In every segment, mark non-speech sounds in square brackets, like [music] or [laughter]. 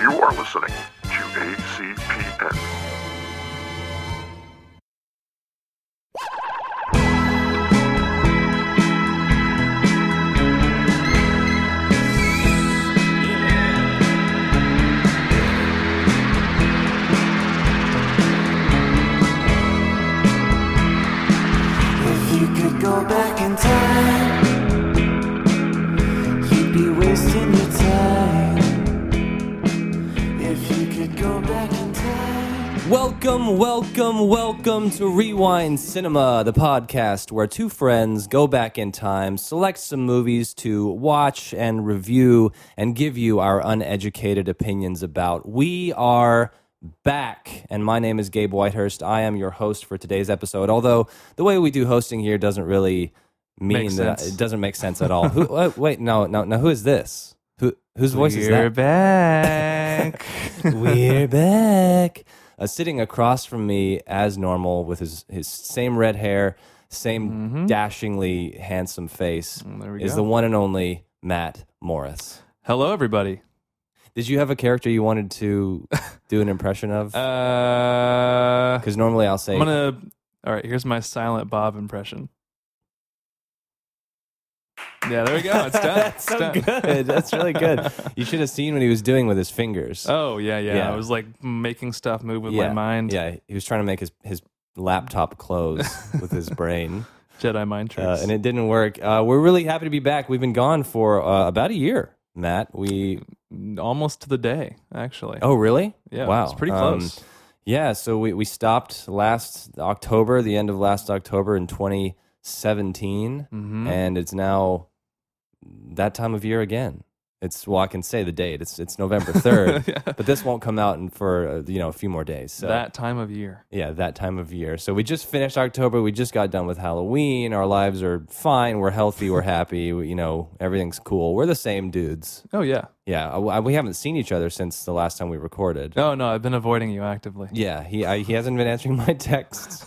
You are listening to ACPN. If you could go back in time, you'd be wasting your time. If you could go back in time, Welcome, welcome, welcome to Rewind Cinema, the podcast where two friends go back in time, select some movies to watch and review, and give you our uneducated opinions about. We are back, and my name is Gabe Whitehurst. I am your host for today's episode, although the way we do hosting here doesn't really mean Makes that sense. it doesn't make sense at all. who, wait, wait, no, no, no, who is this? Who, whose voice is that? [laughs] We're back. We're back. Uh, sitting across from me as normal with his, his same red hair, same dashingly handsome face Mm-hmm. there we is go. the one and only Matt Morris. Hello, everybody. Did you have a character you wanted to do an impression of? [laughs] Uh, Uh, I'm Because normally I'll say, gonna. All right, here's my Silent Bob impression. Yeah, there we [laughs] go. It's done. [laughs] That's It's so done. [laughs] good. That's really [laughs] good. You should have seen what he was doing with his fingers. Oh yeah, yeah, Yeah. I was like making stuff move with yeah. my mind. Yeah, he was trying to make his, his laptop close with his [laughs] brain. Jedi mind tricks. uh, and it didn't work. Uh, we're really happy to be back. We've been gone for uh, about a year, Matt. We Almost to the day, actually. oh really? yeah. wow, It's pretty Um, close. yeah, so we we stopped last October, the end of last October in 2017, Mhm. and it's now that time of year again. It's well, I can say the date. It's it's November third, [laughs] Yeah. but this won't come out in for uh, you know a few more days. So that time of year. yeah, that time of year. So we just finished October. We just got done with Halloween. Our lives are fine. We're healthy. We're happy. [laughs] We, you know, everything's cool. We're the same dudes. Oh yeah. Yeah, I- I- we haven't seen each other since the last time we recorded. Oh no, I've been avoiding you actively. Yeah, he I, he hasn't been answering my [laughs] texts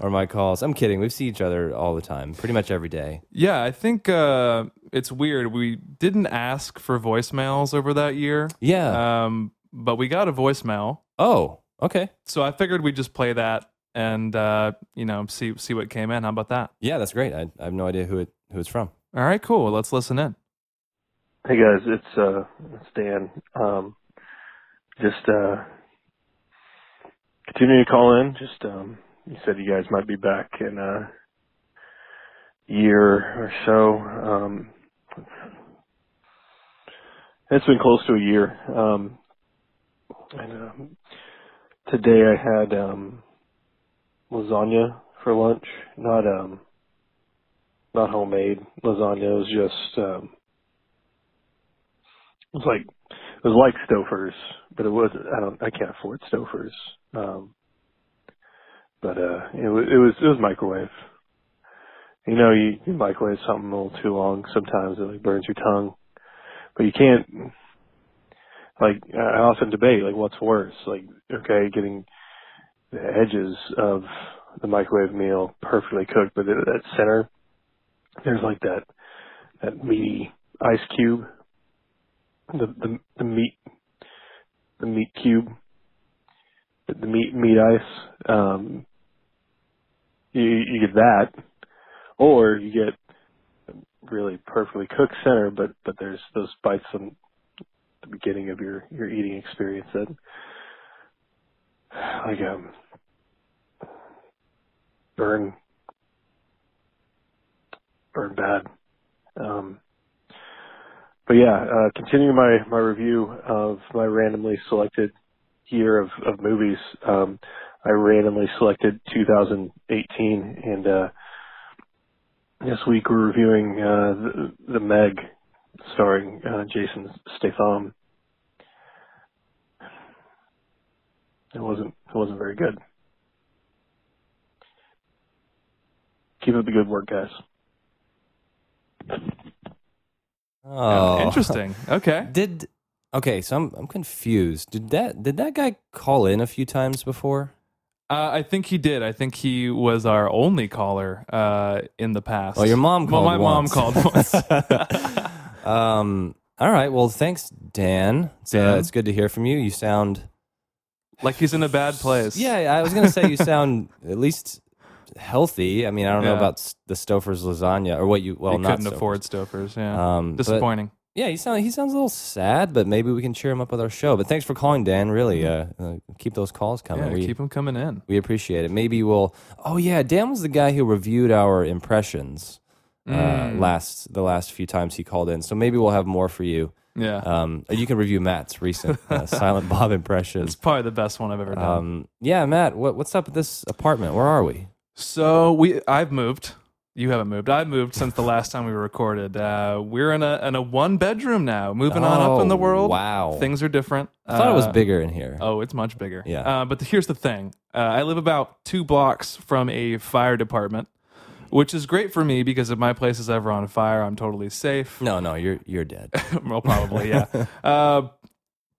or my calls. I'm kidding. We see each other all the time, pretty much every day. Yeah, I think uh, it's weird. We didn't ask for voicemails over that year, Yeah. um, but we got a voicemail. oh, okay. So I figured we'd just play that and uh, you know see see what came in. How about that? Yeah, that's great. I, I have no idea who it who it's from. All right, cool. Let's listen in. Hey guys, it's uh it's Dan. Um just uh continuing to call in. Just um you said you guys might be back in a year or so. Um it's been close to a year. Um and um today I had um lasagna for lunch. Not um not homemade lasagna, it was just um it was like it was like Stouffer's, but it was I don't I can't afford Stouffer's. Um, but uh, it, wa- it was it was microwave. You know, you, you microwave something a little too long. Sometimes it like burns your tongue, but you can't. Like I often debate, like what's worse, like okay, getting the edges of the microwave meal perfectly cooked, but at that center, there's like that that meaty ice cube the the the meat the meat cube the, the meat meat ice um you you get that or you get really perfectly cooked center but but there's those bites on the beginning of your your eating experience that like um burn burn bad um but yeah, uh, continuing my, my review of my randomly selected year of, of movies, um, I randomly selected 2018 and, uh, this week we're reviewing, uh, the, the Meg starring, uh, Jason Statham. It wasn't, it wasn't very good. Keep up the good work, guys. Oh, Interesting. Okay. [laughs] Did okay. So I'm I'm confused. Did that did that guy call in a few times before? Uh, I think he did. I think he was our only caller uh, in the past. Oh, your mom Well, [laughs] called my mom once. called once. [laughs] Um, All right. Well, thanks, Dan. It's, uh, Dan? it's good to hear from you. You sound. Like he's in a bad place. Yeah, I was going to say you [laughs] sound at least healthy. I mean, I don't know Yeah. about s- the Stouffer's lasagna or what you. Well, he not couldn't Stouffer's. afford Stofers. Yeah, Um, but- disappointing. yeah, he sound he sounds a little sad, but maybe we can cheer him up with our show. But thanks for calling, Dan. Really, uh, uh, keep those calls coming. yeah, we keep him coming in. we appreciate it. Maybe we'll. Oh yeah, Dan was the guy who reviewed our impressions Mm. uh, last the last few times he called in. So maybe we'll have more for you. Yeah, Um, you can review Matt's recent [laughs] uh, Silent Bob it's impressions. probably the best one I've ever done. Um, yeah, Matt, what, what's up with this apartment? Where are we? So we, I've moved. You haven't moved. I've moved since the last time we recorded. Uh, we're in a in a one bedroom now. Moving on up in the Oh, world. wow. things are different. I thought it was Uh, bigger in here. Oh, it's much bigger. Yeah. Uh, but the, here's the thing: uh, I live about two blocks from a fire department, which is great for me because if my place is ever on fire, I'm totally safe. No, no, you're you're dead. well, probably, [laughs] yeah. Uh,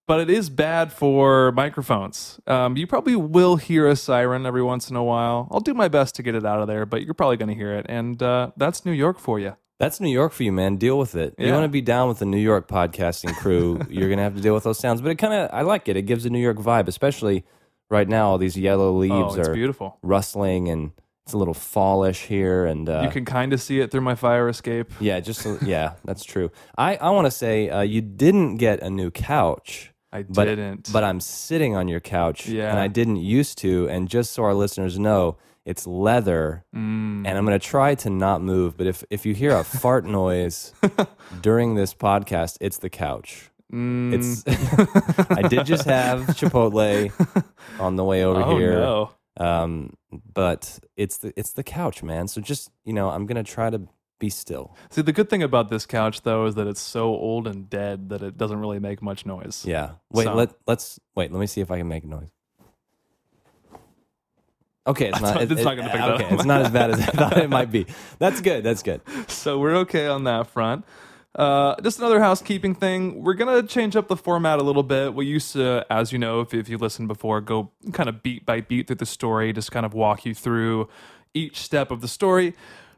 but it is bad for microphones. Um, you probably will hear a siren every once in a while. I'll do my best to get it out of there, but you're probably going to hear it. And uh, that's New York for you. That's New York for you, man. Deal with it. You Yeah. want to be down with the New York podcasting [laughs] crew, you're gonna have to deal with those sounds. But it kind of I like it. It gives a New York vibe, especially right now. All these yellow leaves Oh, it's are beautiful. rustling, and it's a little fallish here. And uh, You can kind of see it through my fire escape. yeah, just yeah, that's true. I I want to say uh, you didn't get a new couch. I but, didn't. But I'm sitting on your couch, Yeah. and I didn't used to. And just so our listeners know, it's leather, Mm. and I'm going to try to not move. But if if you hear a fart [laughs] noise during this podcast, it's the couch. Mm. It's [laughs] I did just have Chipotle on the way over [laughs] oh, here, no. um, but it's the it's the couch, man. So just you know, I'm going to try to be still. See, the good thing about this couch, though, is that it's so old and dead that it doesn't really make much noise. Yeah. Wait. So- Let Let's wait. Let me see if I can make a noise. Okay, it's not. It's not gonna pick that okay, up. it's not as [laughs] bad as I thought it might be. That's good. That's good. so we're okay on that front. Uh, just another housekeeping thing. We're gonna change up the format a little bit. We used to, as you know, if, if you listened before, go kind of beat by beat through the story, just kind of walk you through each step of the story.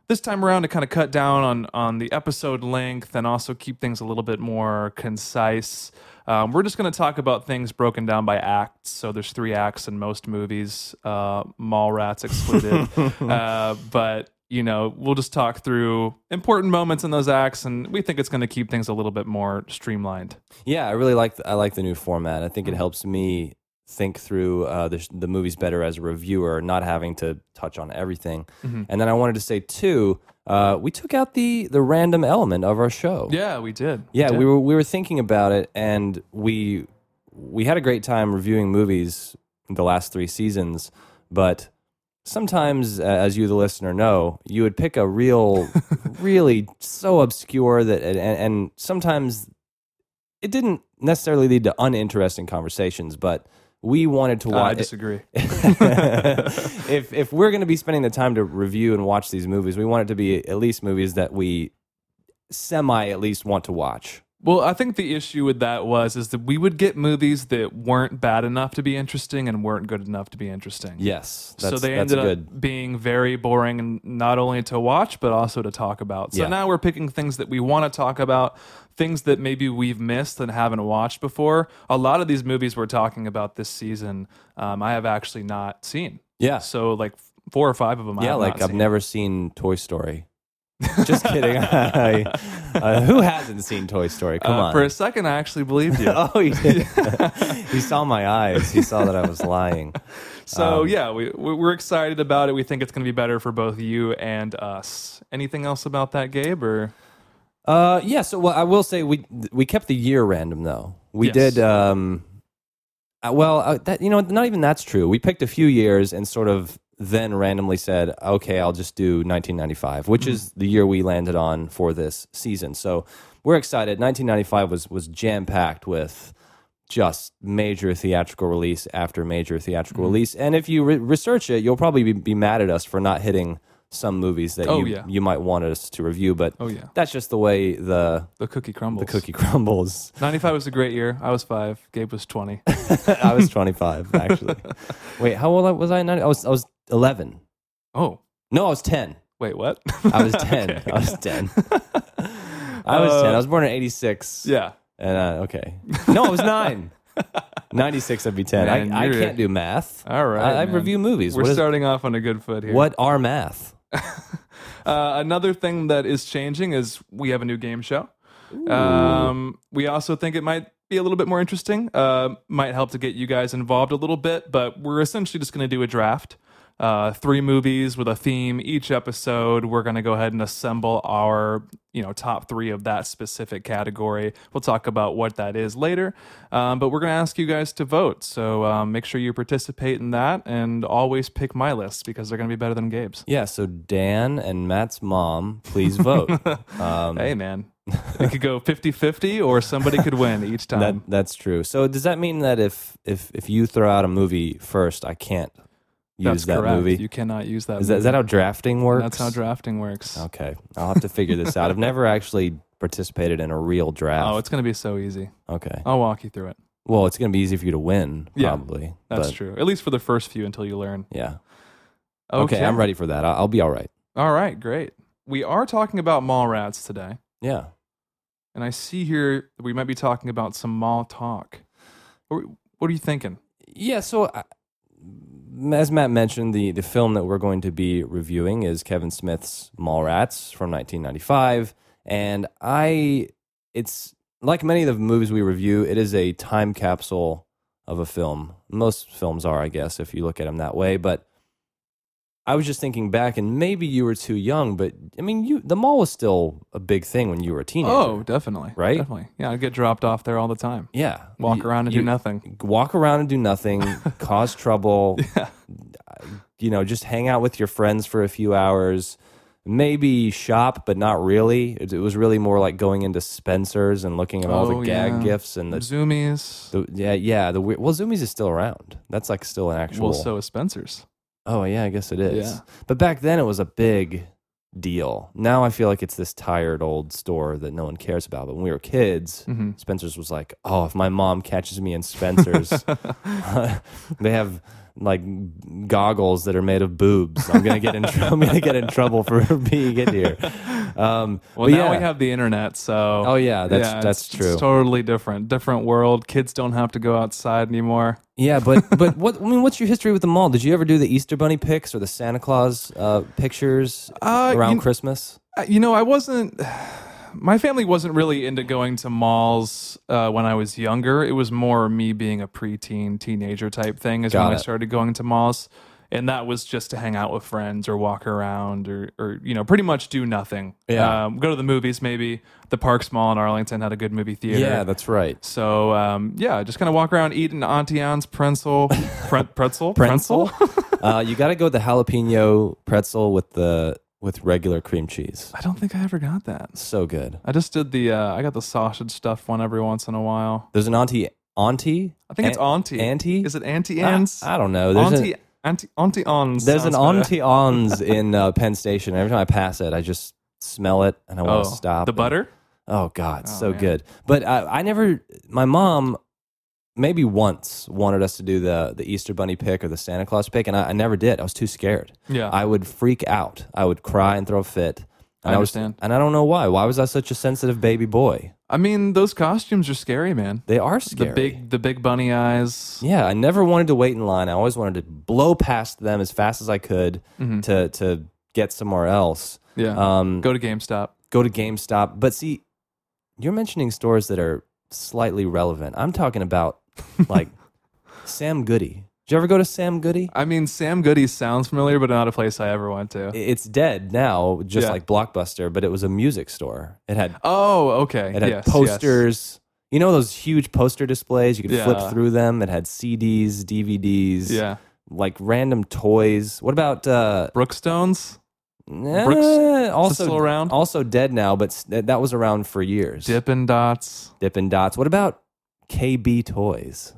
This time around, to kind of cut down on on the episode length and also keep things a little bit more concise. Um, we're just going to talk about things broken down by acts. So there's three acts in most movies, uh, Mallrats excluded. uh, but you know, we'll just talk through important moments in those acts, and we think it's going to keep things a little bit more streamlined. Yeah, I really like. The, I like the new format. I think Mm-hmm. it helps me think through uh, the sh- the movies better as a reviewer, not having to touch on everything. Mm-hmm. And then I wanted to say too, uh, we took out the the random element of our show. Yeah, we did. Yeah, did. we [laughs] were we were thinking about it, and we we had a great time reviewing movies the last three seasons. But sometimes, uh, as you, the listener, know, you would pick a [laughs] real, really so obscure that, and, and- and sometimes it didn't necessarily lead to uninteresting conversations, but. We wanted to Uh, I watch. disagree. [laughs] if if we're going to be spending the time to review and watch these movies, we want it to be at least movies that we semi at least want to watch. Well, I think the issue with that was is that we would get movies that weren't bad enough to be interesting and weren't good enough to be interesting. Yes, that's, so they that's ended up good. being very boring, and not only to watch but also to talk about. So Yeah. now we're picking things that we want to talk about, things that maybe we've missed and haven't watched before. A lot of these movies we're talking about this season, um, I have actually not seen. Yeah, So like f- four or five of them. I yeah. have Like not I've seen. never seen Toy [laughs] Story. Just kidding. [laughs] I- uh, who hasn't seen Toy Story? Come Uh, on. [laughs] For a second, I actually believed you. oh, he did. [laughs] [laughs] he saw my eyes. He saw that I was lying. So yeah, we we- we're excited about it. We think it's going to be better for both you and us. Anything else about that, Gabe? Or Uh, yeah. So well, I will say we we kept the year random though. We Yes. did. Um, uh, well, uh, that you know, not even that's true. We picked a few years and sort of then randomly said, okay, I'll just do 1995, which Mm-hmm. is the year we landed on for this season. So we're excited. 1995 was was jam packed with just major theatrical release after major theatrical Mm-hmm. release. And if you re- research it, you'll probably be, be mad at us for not hitting some movies that Oh, you, yeah. you might want us to review. But Oh, yeah. that's just the way the the cookie crumbles. the cookie [laughs] crumbles. Ninety five was a great year. I was five. Gabe was twenty. I was 25 actually. [laughs] Wait, how old was I? 90? I was I was 11. oh No, I was 10. [laughs] wait, what? I was 10. I was 10. I I was Uh, 10. I was born in 86. Yeah. And uh, [laughs] okay. No, I was nine. 96, I'd be 10. Man, I, I you're- can't do math. All right. I, I man. review movies. We're What is- starting off on a good foot here. what are math? Uh, another thing that is changing is we have a new game show. Um, we also think it might be a little bit more interesting. Uh, might help to get you guys involved a little bit, but we're essentially just going to do a draft. Uh, three movies with a theme each episode. We're going to go ahead and assemble our, you know, top three of that specific category. We'll talk about what that is later, um, but we're going to ask you guys to vote. So um, make sure you participate in that, and always pick my list because they're going to be better than Gabe's. Yeah, so Dan and Matt's mom, please [laughs] vote. um, Hey, man. [laughs] It could go 50 50 or somebody could win each that, time. that's true. So does that mean that if, if, if you throw out a movie first, I can't That's use that correct. movie? You cannot use that. Is that, is that how drafting works? movie. That's how drafting works. Okay, I'll have to figure this out. I've never actually participated in a real draft. Oh, it's going to be so easy. okay. I'll walk you through it. Well, it's going to be easy for you to win, Yeah, probably. That's but, true. At least for the first few until you learn. Yeah. Okay. I'm ready for that. I- I'll be all right. All right, great. We are talking about mall rats today. Yeah. And I see here that we might be talking about some mall talk. What are- what are you thinking? Yeah. So, I, as Matt mentioned, the the film that we're going to be reviewing is Kevin Smith's Mallrats from 1995, and I, it's like many of the movies we review, it is a time capsule of a film. Most films are, I guess, if you look at them that way, but. I was just thinking back, and maybe you were too young, but I mean, you the mall was still a big thing when you were a teenager. Oh, definitely. Right? Definitely. Yeah, I get dropped off there all the time. yeah, Walk You- around and you- do [laughs] nothing. walk around and do [laughs] nothing, cause trouble, Yeah. you know, just hang out with your friends for a few hours, maybe shop, but not really. It, it was really more like going into Spencer's and looking at all the Oh, gag yeah. gifts and the, Zoomies. the yeah, yeah, the weird. Well, Zoomies is still around. That's like still an actual. Well, so is Spencer's. oh yeah, I guess it is. Yeah. But back then it was a big deal. Now I feel like it's this tired old store that no one cares about. But when we were kids, Mm-hmm. Spencer's was like, oh, if my mom catches me in [laughs] Spencer's, [laughs] they have like goggles that are made of boobs. I'm gonna get in. Tr- [laughs] I'm gonna get in trouble for [laughs] being in here. Um, Mm-hmm. Well, but now yeah. we have the internet, so Oh yeah, that's Yeah, that's it's- true. It's totally different, different world. Kids don't have to go outside anymore. yeah, but but what I mean, what's your history with the mall? Did you ever do the Easter Bunny pics or the Santa Claus uh, pictures Uh, around you- Christmas? Uh, You know, I wasn't. [sighs] My family wasn't really into going to malls uh, when I was younger. It was more me being a preteen, teenager type thing is Got when it. I started going to malls, and that was just to hang out with friends or walk around or, or you know, pretty much do nothing. Yeah. um, go to the movies maybe. The Parks Mall in Arlington had a good movie theater. Yeah, that's right. So um, yeah, just kind of walk around eating Auntie Anne's pretzel, [laughs] pre- pretzel, Pretzel. [laughs] uh, you got to go with the jalapeno pretzel with the with regular cream cheese. I don't think I ever got that. So good. I just did the uh, I got the sausage stuff one every once in a while. There's an auntie. Auntie? I think it's An- Auntie. Auntie? Is it Auntie I, Anne's? I don't know. There's a- Auntie Auntie Auntie Anne's. There's an sounds auntie better. ons in uh, Penn Station. Every time I pass it, I just smell it and I Oh, want to stop. the and- butter. oh God, it's Oh, so man. good. But I, I never. My mom maybe once wanted us to do the the Easter Bunny pick or the Santa Claus pick, and I, I never did. I was too scared. Yeah. I would freak out. I would cry and throw a fit. And Uh-huh. I was- understand. and I don't know why. Why was I such a sensitive baby boy? I mean, those costumes are scary, man. They are scary. The big the big bunny eyes. Yeah, I never wanted to wait in line. I always wanted to blow past them as fast as I could Mm-hmm. to to get somewhere else. Yeah. Um, Go to GameStop. go to GameStop. But see, you're mentioning stores that are slightly relevant. I'm talking about [laughs] like Sam Goody. Did you ever go to Sam Goody? I mean, Sam Goody sounds familiar, but not a place I ever went to. It's dead now, just Uh, Yeah. like Blockbuster, but it was a music store. It had oh, okay. it had yes, yes. posters. You know those huge poster displays? You could Yeah. flip through them. It had CDs, DVDs, Yeah. like random toys. What about uh, Brookstones. nah, Brooks- is it also still around? Also dead now, but s- that that was around for years. Dippin' Dots. Dippin' Dots. What about KB Toys?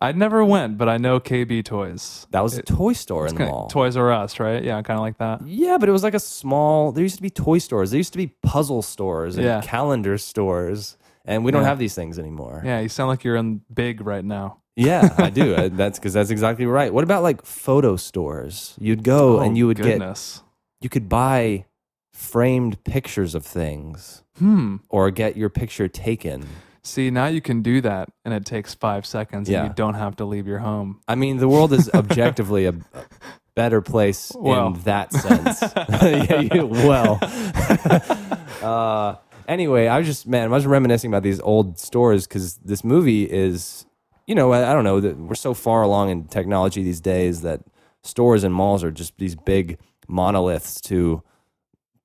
I never went, but I know KB Toys. That was a toy store in It's the kind mall. of Toys R Us, right? Yeah, kind of like that. yeah, but it was like a small. There used to be toy stores. There used to be puzzle stores and Yeah. calendar stores, and we don't Yeah. have these things anymore. Yeah, you sound like you're in big right now. Yeah, I [laughs] do. I, that's because that's exactly right. Oh, What about like photo stores? You'd go and Oh, you would get goodness. you could buy framed pictures of things Hmm. or get your picture taken. See, now you can do that, and it takes five seconds, Yeah. and you don't have to leave your home. I mean, the world is objectively a a better place Well. in that sense. yeah, you- well, uh, anyway, I was just man, I was reminiscing about these old stores because this movie is, you know, I, I don't know that we're so far along in technology these days that stores and malls are just these big monoliths to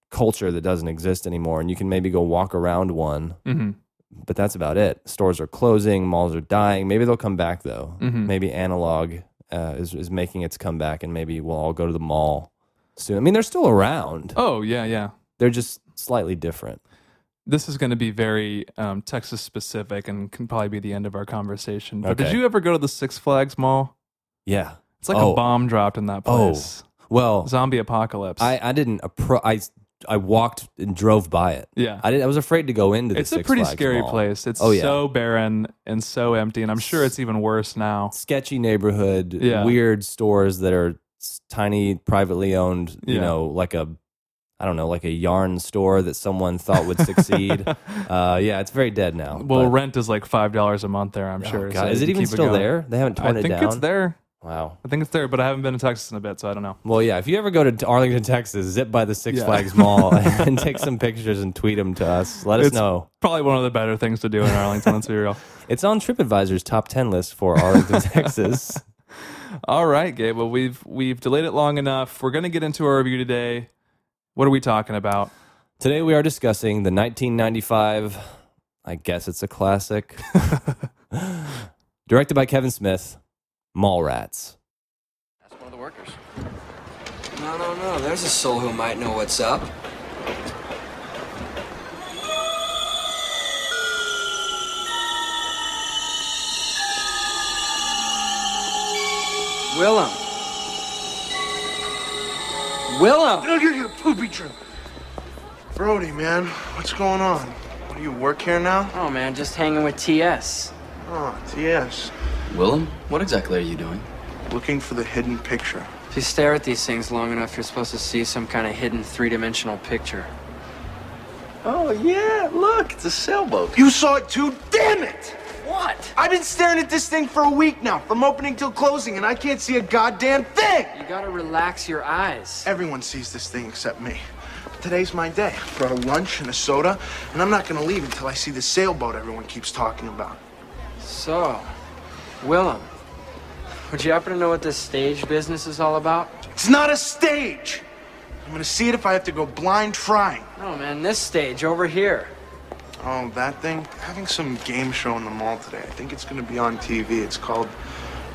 culture that doesn't exist anymore, and you can maybe go walk around one Mm-hmm. but that's about it. Stores are closing, malls are dying. Maybe they'll come back though. Mm-hmm. Maybe analog uh, is is making its comeback, and maybe we'll all go to the mall soon. I mean, they're still around. Oh yeah, yeah. They're just slightly different. This is going to be very um, Texas specific, and can probably be the end of our conversation. But did Okay. you ever go to the Six Flags Mall? Yeah. It's like Oh. a bomb dropped in that Oh. place. Well, Zombie apocalypse. I I didn't appro- I I walked and drove by it. yeah. I didn't. I was afraid to go into. The it's a Six pretty Flags scary mall. place. It's Oh, yeah. so barren and so empty, and I'm sure it's even worse now. Sketchy neighborhood. Yeah. Weird stores that are s- tiny, privately owned. You Yeah. know, like a. I don't know, like a yarn store that someone thought would [laughs] succeed. Uh, yeah, it's very dead now. Well, but- rent is like five dollars a month there. I'm Oh, sure. God. so is you it can even keep still going. there? They haven't I torn think it down. it's there. Wow. I think it's there, but I haven't been to Texas in a bit, so I don't know. Well, yeah. If you ever go to Arlington, Texas, zip by the Six Yeah. Flags [laughs] Mall and take some pictures and tweet them to us. Let us It's- know. Probably one of the better things to do in Arlington. let's [laughs] be real. It's on TripAdvisor's top ten list for [laughs] Arlington, Texas. All right, Gabe. Well, we've we've delayed it long enough. We're gonna get into our review today. What are we talking about? Today we are discussing the 1995. I guess it's a [laughs] classic. Directed by Kevin Smith, Mallrats. That's one of the workers. No, no, no. There's a soul who might know what's up. Willem. Willem. Look at your poopy trip. Brody, man, what's going on? What, do you work here now? Oh man, just hanging with TS. Oh, TS. Willem, what exactly are you doing? Looking for the hidden picture. If you stare at these things long enough, you're supposed to see some kind of hidden three-dimensional picture. Oh, yeah, look, it's a sailboat. You saw it too? Damn it! What? I've been staring at this thing for a week now, from opening till closing, and I can't see a goddamn thing! You gotta relax your eyes. Everyone sees this thing except me. But today's my day. I brought a lunch and a soda, and I'm not gonna leave until I see the sailboat everyone keeps talking about. So, Willem, would you happen to know what this stage business is all about? It's not a stage! I'm gonna see it if I have to go blind trying. No, man, this stage over here. Oh, that thing? Having some game show in the mall today. I think it's gonna be on TV. It's called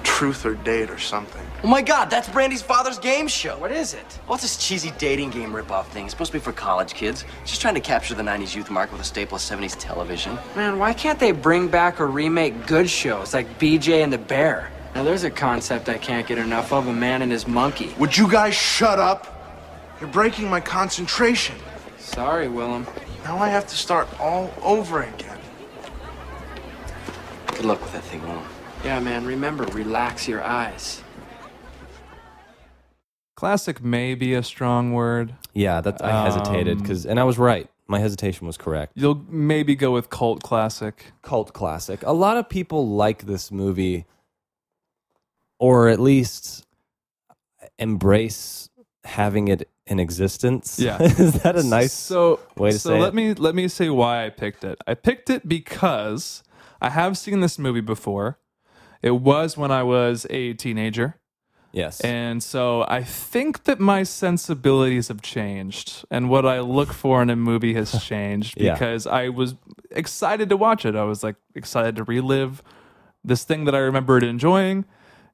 Truth or Date or something. Oh my god, that's Brandy's father's game show. What is it? What's this cheesy dating game ripoff thing? It's supposed to be for college kids. It's Just trying to capture the 90s youth market with a staple of 70s television. Man, why can't they bring back or remake good shows like BJ and the Bear? Now there's a concept I can't get enough of, a man and his monkey. Would you guys shut up? You're breaking my concentration. Sorry, Willem. Now I have to start all over again. Good luck with that thing, Willem. Yeah, man, remember, relax your eyes. Classic may be a strong word. Yeah, that I hesitated Um, because, and I was right. My hesitation was correct. You'll maybe go with cult classic. cult classic. A lot of people like this movie, or at least embrace having it in existence. [laughs] Yeah. is that a nice? so way to so say let it. me let me say why I picked it. I picked it because I have seen this movie before. It was when I was a teenager. yes, And so I think that my sensibilities have changed and what I look for in a movie [laughs] has changed Yeah. because I was excited to watch it. I was like excited to relive this thing that I remembered enjoying.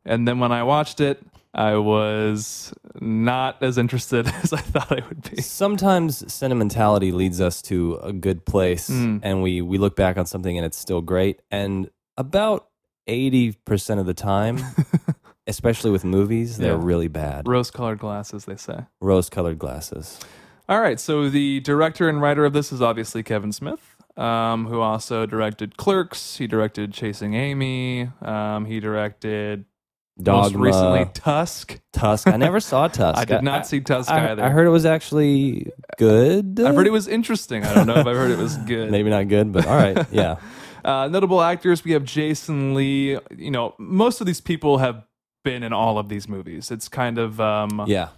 And then when I watched it, I was not as interested [laughs] as I thought I would be. sometimes sentimentality leads us to a good place, Mm. and we we look back on something and it's still great. And about eighty percent of the [laughs] time. Especially with movies, they're Yeah. really bad. Rose colored glasses, they say. Rose colored glasses. All right. So the director and writer of this is obviously Kevin Smith, um, who also directed Clerks. He directed Chasing Amy. Um, he directed Most Dogma. recently, Tusk. Tusk. I never saw Tusk. [laughs] I did not see Tusk I, either. I heard it was actually good. [laughs] I've heard it was interesting. I don't know if I've heard it [laughs] was good. Maybe not good, but all [laughs] right. Yeah. Uh, notable actors, we have Jason Lee. You know, most of these people have been in all of these movies. It's kind of um, Yeah.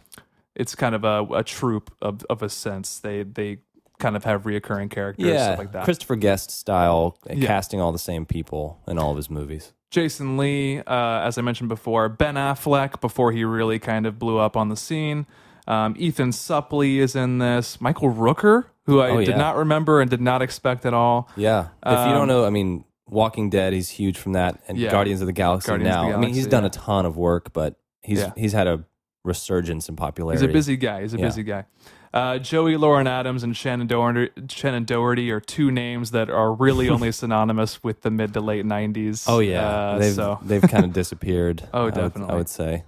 it's kind of a, a troop of, of a sense. They they kind of have reoccurring characters, Yeah. stuff like that. Christopher Guest style, uh, Yeah. casting all the same people in all of his movies. Jason Lee, uh, as I mentioned before, Ben Affleck before he really kind of blew up on the scene. Um, Ethan Suplee is in this. Michael Rooker, who I Oh, did yeah. not remember and did not expect at all. Yeah. If you don't know, I mean, Walking Dead, he's huge from that, and Um, Yeah. Guardians of the Galaxy Guardians of now. the I mean, he's Galaxy, done yeah. a ton of work, but he's Yeah. he's had a resurgence in He's popularity. a busy guy. He's a Yeah. busy guy. Uh, Joey Lauren Adams and Shannon Doherty, Shannon Doherty are two names that [laughs] are really only synonymous with the mid to late 90s. Oh yeah, Uh, they've so they've kind of disappeared. [laughs] Oh, I would- I definitely. would say.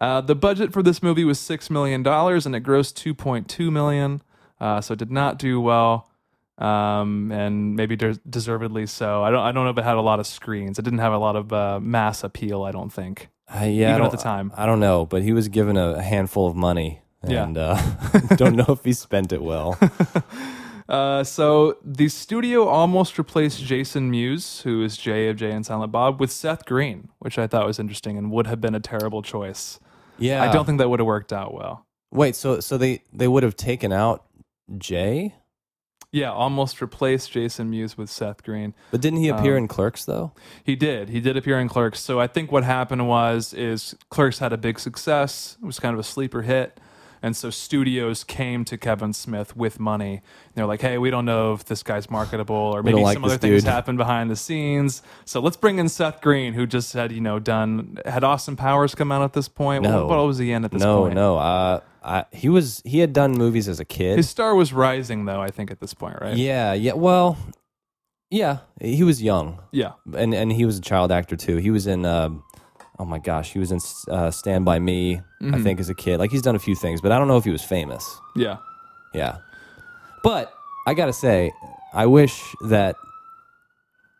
Uh, the budget for this movie was six million dollars, and it grossed two point two million. Uh, so it did not do well, um, and maybe des- deservedly so. I don't. I don't know if it had a lot of screens. It didn't have a lot of uh, mass appeal. I don't think. Uh, yeah, I Even at don't- the time. I don't know, but he was given a a handful of money, Yeah. and [laughs] uh, [laughs] don't know if he spent it well. Uh, so the studio almost replaced Jason Mewes, who is J of J and Silent Bob, with Seth Green, which I thought was interesting and would have been a terrible choice. Yeah, I don't think that would have worked out well. Wait, so so they they would have taken out Jay, Yeah, almost replaced Jason Mewes with Seth Green. but didn't he appear Um, in Clerks though? He did. He did appear in Clerks. So I think what happened was is Clerks had a big success. It was kind of a sleeper hit. And so studios came to Kevin Smith with money. And They're like, "Hey, we don't know if this guy's marketable, or We don't maybe like some other this things dude." happened behind the scenes. So let's bring in Seth Green, who just had you know done had Austin Powers come out at this point. No. What, what was he in at this no, point? no. Uh, I, he was he had done movies as a kid. His star was rising though. I think at this point, right? yeah, yeah. Well, yeah, he was young, Yeah. and and he was a child actor too. He was in. Uh, Oh my gosh, he was in uh, Stand by Me, Mm-hmm. I think, as a kid. Like he's done a few things, but I don't know if he was famous. Yeah. Yeah. But I got to say, I wish that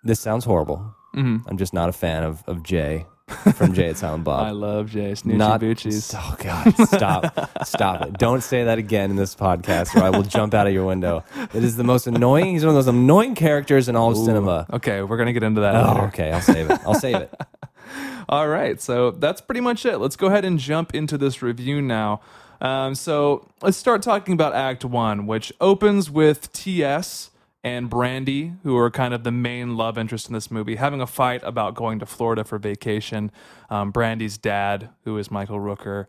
this sounds horrible. Mm-hmm. I'm just not a fan of, of Jay from Jay at Silent Bob. [laughs] I love Jay Snoochie Uh, not Boochies. Oh God! Stop! stop it! Don't say that again in this podcast, or I will jump out of your window. It is the most annoying. He's one of those annoying characters in all of cinema. Okay, we're gonna get into that. Oh, later. okay. I'll save it. I'll save it. [laughs] All right, so that's pretty much it. Let's go ahead and jump into this review now. Um, so let's start talking about Act One, which opens with T.S. and Brandy, who are kind of the main love interest in this movie, having a fight about going to Florida for vacation. Um, Brandy's dad, who is Michael Rooker,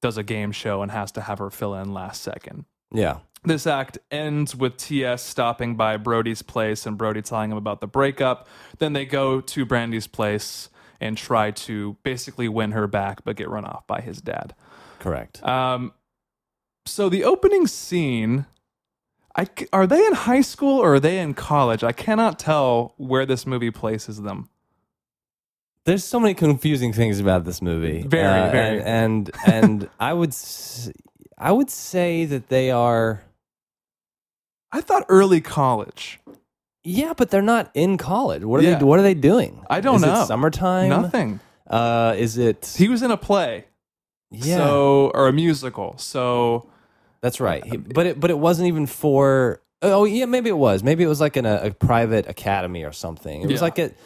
does a game show and has to have her fill in last second. Yeah. This act ends with TS stopping by Brody's place and Brody telling him about the breakup. Then they go to Brandy's place and try to basically win her back, but get run off by his dad. Correct. Um, so the opening scene, I c are they in high school or are they in college? I cannot tell where this movie places them. There's so many confusing things about this movie. Uh, Very, very. And and, and I would s- I would say that they are I thought early college. yeah, but they're not in college. What are Yeah. they What are they doing? I don't Is know. It summertime. Nothing. Uh, is it? He was in a play, yeah, so or a musical. So that's right. He- but it but it wasn't even for. Oh yeah, maybe it was. Maybe it was like in a, a private academy or something. It was Yeah. like it.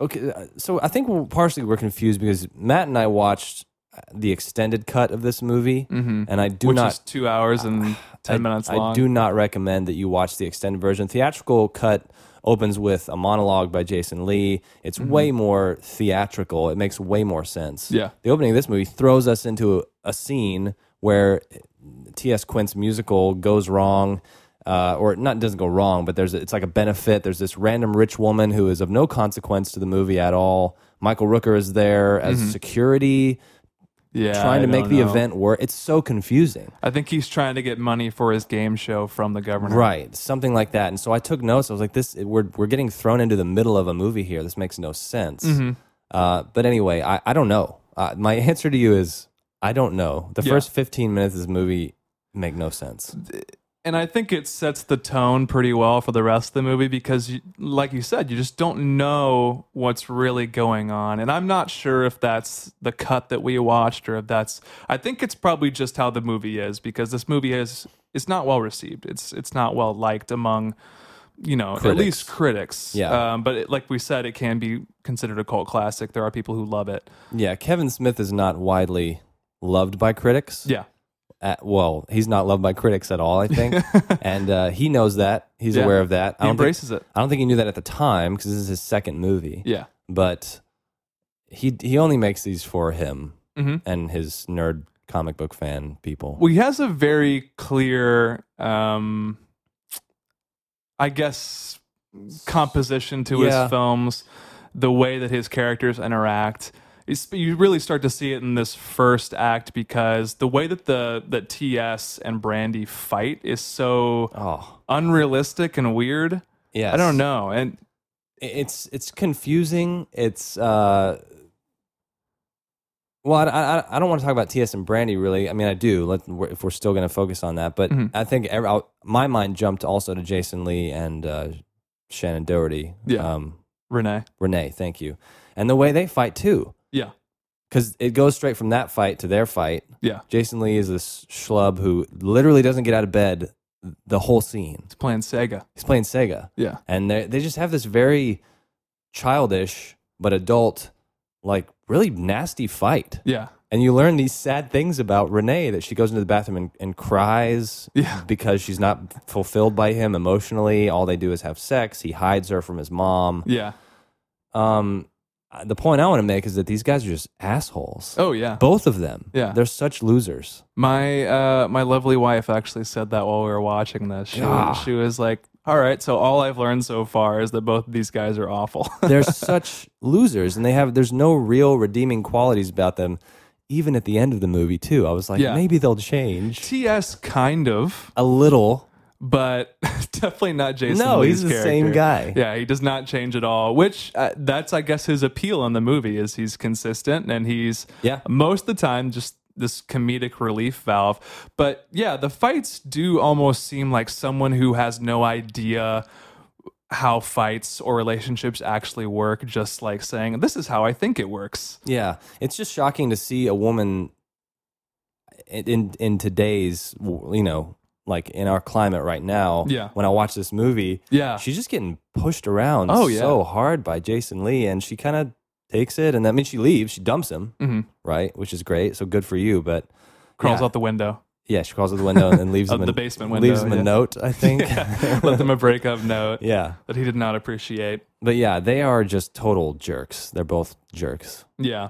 Okay, uh, so I think we're, partially we're confused because Matt and I watched uh, the extended cut of this movie, and I Mm-hmm. do Mm. which not is two hours and ten [sighs] minutes I long. do not recommend that you watch the extended version. Theatrical cut opens with a monologue by Jason Lee. It's Mm-hmm. way more theatrical. It makes way more sense. Yeah. The opening of this movie throws us into a, a scene where T.S. Quint's musical goes wrong. Uh, or not doesn't go wrong, but there's it's like a benefit. There's this random rich woman who is of no consequence to the movie at all. Michael Rooker is there as security, Mm-hmm. yeah, trying to I make don't the know. event work. It's so confusing. I think he's trying to get money for his game show from the governor. Right, something like that. And so I took notes. I was like, "This, we're we're getting thrown into the middle of a movie here. This makes no sense." Mm-hmm. Uh, but anyway, I, I don't know. Uh, my [laughs] answer to you is I don't know. The Yeah. first fifteen minutes of this movie make no sense. and I think it sets the tone pretty well for the rest of the movie because, you, like you said, you just don't know what's really going on. And I'm not sure if that's the cut that we watched or if that's. I think it's probably just how the movie is because this movie is it's not well received. It's it's not well liked among you know Critics. at least critics. Yeah. Um, but it, like we said, it can be considered a cult classic. There are people who love it. Yeah, Kevin Smith is not widely loved by critics. Yeah. Uh, well, he's not loved by critics at all, I think, [laughs] and uh, he knows that. He's Yeah. aware of that. I He don't think- embraces it. I don't think he knew that at the time because this is his second movie. Yeah. but he he only makes these for him Mhm. and his nerd comic book fan people. Well, he has a very clear, um, I guess, composition to Yeah. his films, the way that his characters interact. It's, you really start to see it in this first act because the way that the that TS and Brandy fight is so oh, unrealistic and weird. yeah. I don't know, and It's it's confusing. It's uh. Well, I, I, I don't want to talk about TS and Brandy really. I mean, I do. Let, we're- if we're still going to focus on that, but Mm-hmm. I think every, I, my mind jumped also to Jason Lee and uh, Shannon Doherty. Yeah. Um, Renee, Renee, thank you. And the way they fight too, yeah, because it goes straight from that fight to their fight. yeah, Jason Lee is this schlub who literally doesn't get out of bed the whole scene. it's playing Sega, He's playing Sega. yeah, And they they just have this very childish but adult, like really nasty fight. yeah, And you learn these sad things about Renee that she goes into the bathroom and, and cries Yeah. because she's not fulfilled by him emotionally. All they do is have sex. He hides her from his mom. yeah. Um, the point I want to make is that these guys are just assholes. Oh yeah, Both of them. Yeah. They're such losers. My uh, my lovely wife actually said that while we were watching this. She, Ah. she was like, "All right, so all I've learned so far is that both of these guys are awful." [laughs] they're such losers and they have there's no real redeeming qualities about them even at the end of the movie too i was like Yeah. maybe they'll change T.S. kind of, a little but [laughs] definitely not Jason. No, Lee's he's the same guy. character. Yeah, he does not change at all. Which uh, that's I guess his appeal in the movie is he's consistent and he's Yeah. most of the time just this comedic relief valve. But yeah, the fights do almost seem like someone who has no idea how fights or relationships actually work, just like saying, This is how I think it works. yeah it's just shocking to see a woman in in, in today's you know like in our climate right now Yeah. when i watch this movie Yeah. she's just getting pushed around Oh, yeah. so hard by jason lee and she kind of takes it and that means she leaves she dumps him Mhm. right which is great so good for you but Crawls yeah. out [laughs] the window. [laughs] Yeah, she calls it the window and then leaves Of him the a- basement Leaves him window, a yeah. note, I think. [laughs] [laughs] Yeah. Left him a breakup note yeah, that he did not appreciate. but yeah, they are just total jerks. They're both jerks. Yeah.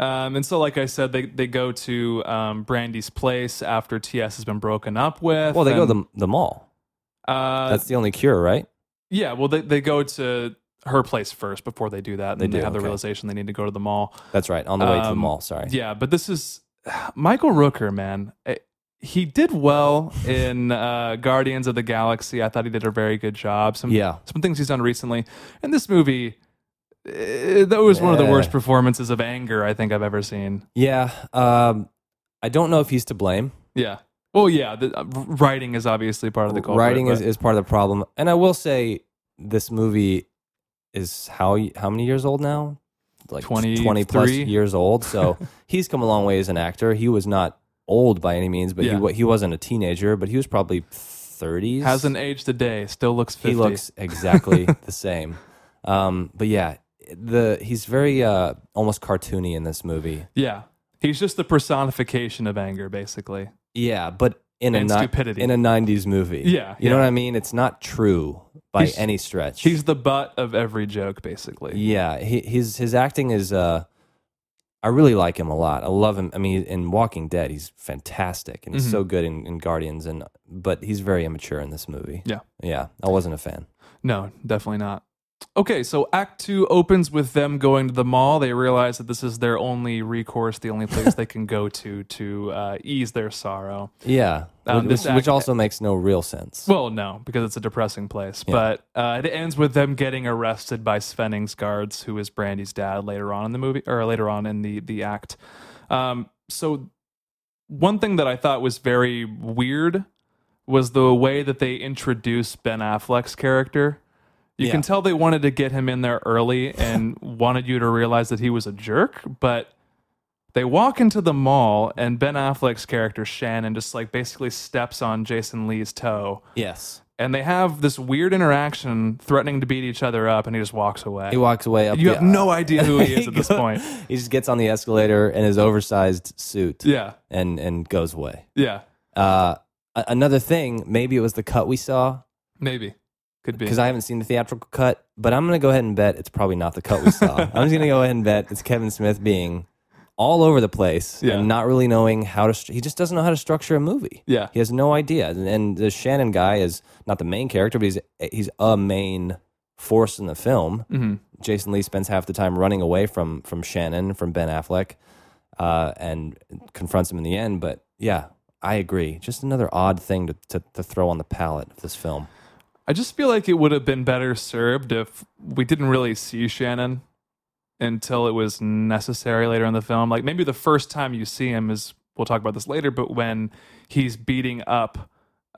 Um, and so, like I said, they, they go to um, Brandy's place after TS has been broken up with. Well, they go and, to the, the mall. uh, That's the only cure, right? Yeah, well, they, they go to her place first before they do that. And They they, they do, have the okay. realization they need to go to the mall. That's right. On the way to the Um, mall. Sorry. Yeah, but this is Michael Rooker, man. Eh, He did well in uh, Guardians of the Galaxy. I thought he did a very good job. Some Yeah. some things he's done recently. And this movie, eh, that was one of the Yeah. worst performances of anger I think I've ever seen. Yeah. Um, I don't know if he's to blame. Yeah. Well, yeah, the uh, writing is obviously part of the culprit, Writing is, but- is part of the problem, and I will say this movie is how y- how many years old now? Like 20 plus 23? years old. [laughs] So he's come a long way as an actor. He was not old by any means, but he Yeah. he he wasn't a teenager, but he was probably 30s. hasn't aged a day. Still looks fifty. he looks [laughs] exactly the same. Um, but yeah, the he's very uh, almost cartoony in this movie. Yeah. He's just the personification of anger, basically. Yeah, but in And a ni- stupidity. in a 90s movie. Yeah, you know yeah. what I mean. It's not true by He's- any stretch. He's the butt of every joke, basically. Yeah, he, his his acting is. Uh, I really like him a lot. I love him. I mean, in Walking Dead, he's fantastic, and he's Mm-hmm. so good in, in Guardians, and but he's very immature in this movie. Yeah. yeah, I wasn't a fan. No, definitely not. Okay, so Act Two opens with them going to the mall. They realize that this is their only recourse, the only place they can go to to uh, ease their sorrow. Yeah, Um, which, this which act- also makes no real sense. Well, no, because it's a depressing place. But uh, it ends with them getting arrested by Svenning's guards, who is Brandy's dad later on in the movie, or later on in the the act. Um, so, one thing that I thought was very weird was the way that they introduced Ben Affleck's character. You Yeah. can tell they wanted to get him in there early and wanted you to realize that he was a jerk, but they walk into the mall and Ben Affleck's character Shannon just like basically steps on Jason Lee's toe Yes. and they have this weird interaction threatening to beat each other up and he just walks away. He walks away up you the- have no idea who he is at [laughs] this go- point. He just gets on the escalator in his oversized suit Yeah. and and goes away. Yeah. Uh, a- another thing, maybe it was the cut we saw Maybe. Could be. because I haven't seen the theatrical cut, but I'm going to go ahead and bet it's probably not the cut we [laughs] saw. I'm just going to go ahead and bet it's Kevin Smith being all over the place Yeah. and not really knowing how to. stru- He just doesn't know how to structure a movie. Yeah. he has no idea. And, and the Shannon guy is not the main character, but he's he's a main force in the film. Mm-hmm. Jason Lee spends half the time running away from from Shannon from Ben Affleck, uh, and confronts him in the end. But yeah. I agree. Just another odd thing to, to, to throw on the palette of this film. I just feel like it would have been better served if we didn't really see Shannon until it was necessary later in the film. Like maybe the first time you see him is we'll talk about this later, but when he's beating up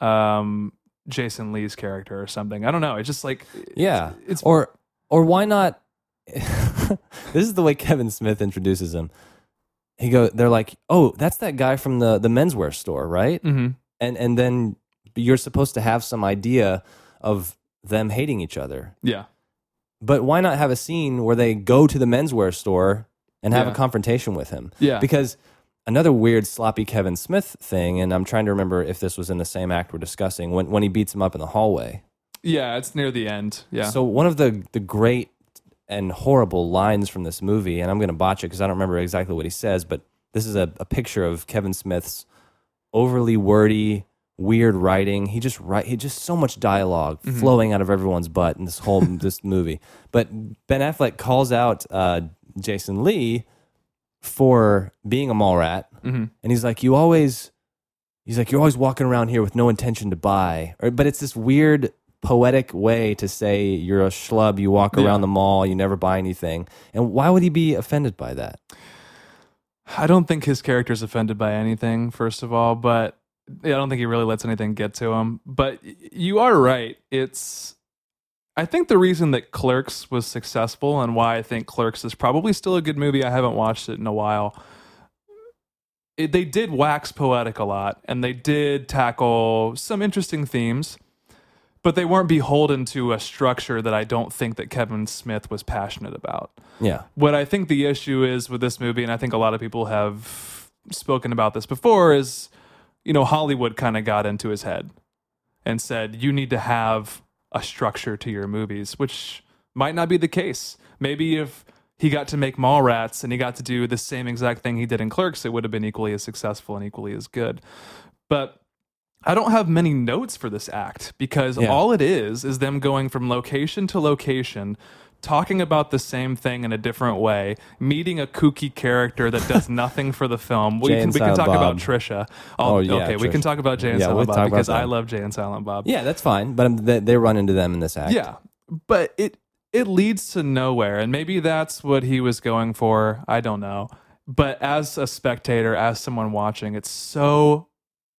um Jason Lee's character or something. I don't know. It's just like Yeah. it's- or or why not? [laughs] this is the way Kevin Smith introduces him. He go. They're like, oh, that's that guy from the the menswear store, right? Mhm. And and then you're supposed to have some idea of them hating each other. yeah. But why not have a scene where they go to the menswear store and have Yeah. a confrontation with him? Yeah. Because another weird sloppy Kevin Smith thing, and I'm trying to remember if this was in the same act we're discussing when when he beats him up in the hallway. Yeah, it's near the end. Yeah. So one of the the great and horrible lines from this movie, and I'm going to botch it because I don't remember exactly what he says, but this is a, a picture of Kevin Smith's overly wordy, weird writing. He just write he just so much dialog flowing out of everyone's butt in this whole this movie. But Ben Affleck calls out uh, Jason Lee for being a mall rat, Mm-hmm. and he's like, "You always." He's like, you're always walking around here with no intention to buy. Or, but it's this weird poetic way to say you're a schlub, you walk Yeah. around the mall, you never buy anything. And why would he be offended by that? I don't think his character's offended by anything, first of all, but I don't think he really lets anything get to him. But y- you are right. It's I think the reason that Clerks was successful and why I think Clerks is probably still a good movie. I haven't watched it in a while. It, they did wax poetic a lot and they did tackle some interesting themes, but they weren't beholden to a structure that I don't think that Kevin Smith was passionate about Yeah. what I think the issue is with this movie, and I think a lot of people have spoken about this before, is you know Hollywood kind of got into his head and said you need to have a structure to your movies, which might not be the case. Maybe if he got to make Mallrats and he got to do the same exact thing he did in Clerks, it would have been equally as successful and equally as good. But I don't have many notes for this act because Yeah. all it is is them going from location to location, talking about the same thing in a different way, meeting a kooky character that [laughs] does nothing for the film. We Jay can and we Silent can talk about Bob. Trisha. Oh, oh yeah, okay, we Trish. can talk about Jay and Yeah, Silent we'll talk Bob about because I that. love Jay and Silent Bob. Yeah, that's fine. But um, they, they run into them in this act. Yeah, but it it leads to nowhere, and maybe that's what he was going for. I don't know, but as a spectator, as someone watching, it's so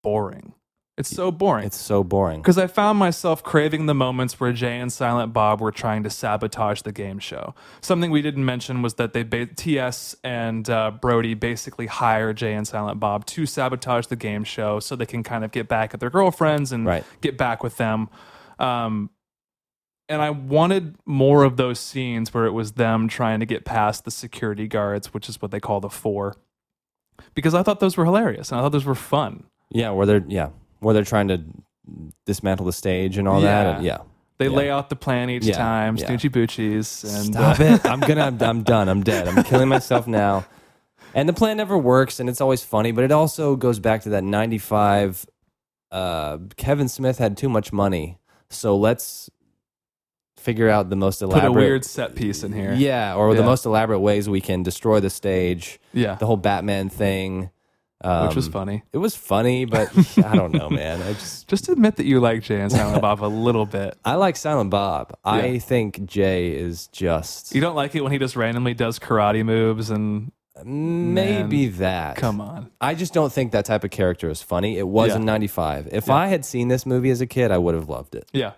boring. It's so boring. It's so boring. because I found myself craving the moments where Jay and Silent Bob were trying to sabotage the game show. Something we didn't mention was that they ba- TS and uh, Brody basically hire Jay and Silent Bob to sabotage the game show so they can kind of get back at their girlfriends and Right. get back with them. Um, and I wanted more of those scenes where it was them trying to get past the security guards, which is what they call the four, because I thought those were hilarious and I thought those were fun. Yeah, where they're yeah, where they're trying to dismantle the stage and all that. Yeah. And, yeah. They Yeah. lay out the plan each Yeah, time, yeah. Snoochie Boochies. And, Stop uh, it. I'm gonna I'm done. I'm dead. I'm killing myself now. And the plan never works and it's always funny, but it also goes back to that 95 uh Kevin Smith had too much money. So let's figure out the most [laughs] Put elaborate a weird set piece in here. Yeah, or the Yeah. most elaborate ways we can destroy the stage. Yeah. The whole Batman thing. Um, Which was funny. It was funny, but [laughs] I don't know, man. I just Just admit that you like Jay [laughs] and Silent Bob a little bit. I like Silent Bob. I Yeah. think Jay is just You don't like it when he just randomly does karate moves and Maybe that. Come on. I just don't think that type of character is funny. It was Yeah. in 95. If I had seen this movie as a kid, I would have loved it. Yeah.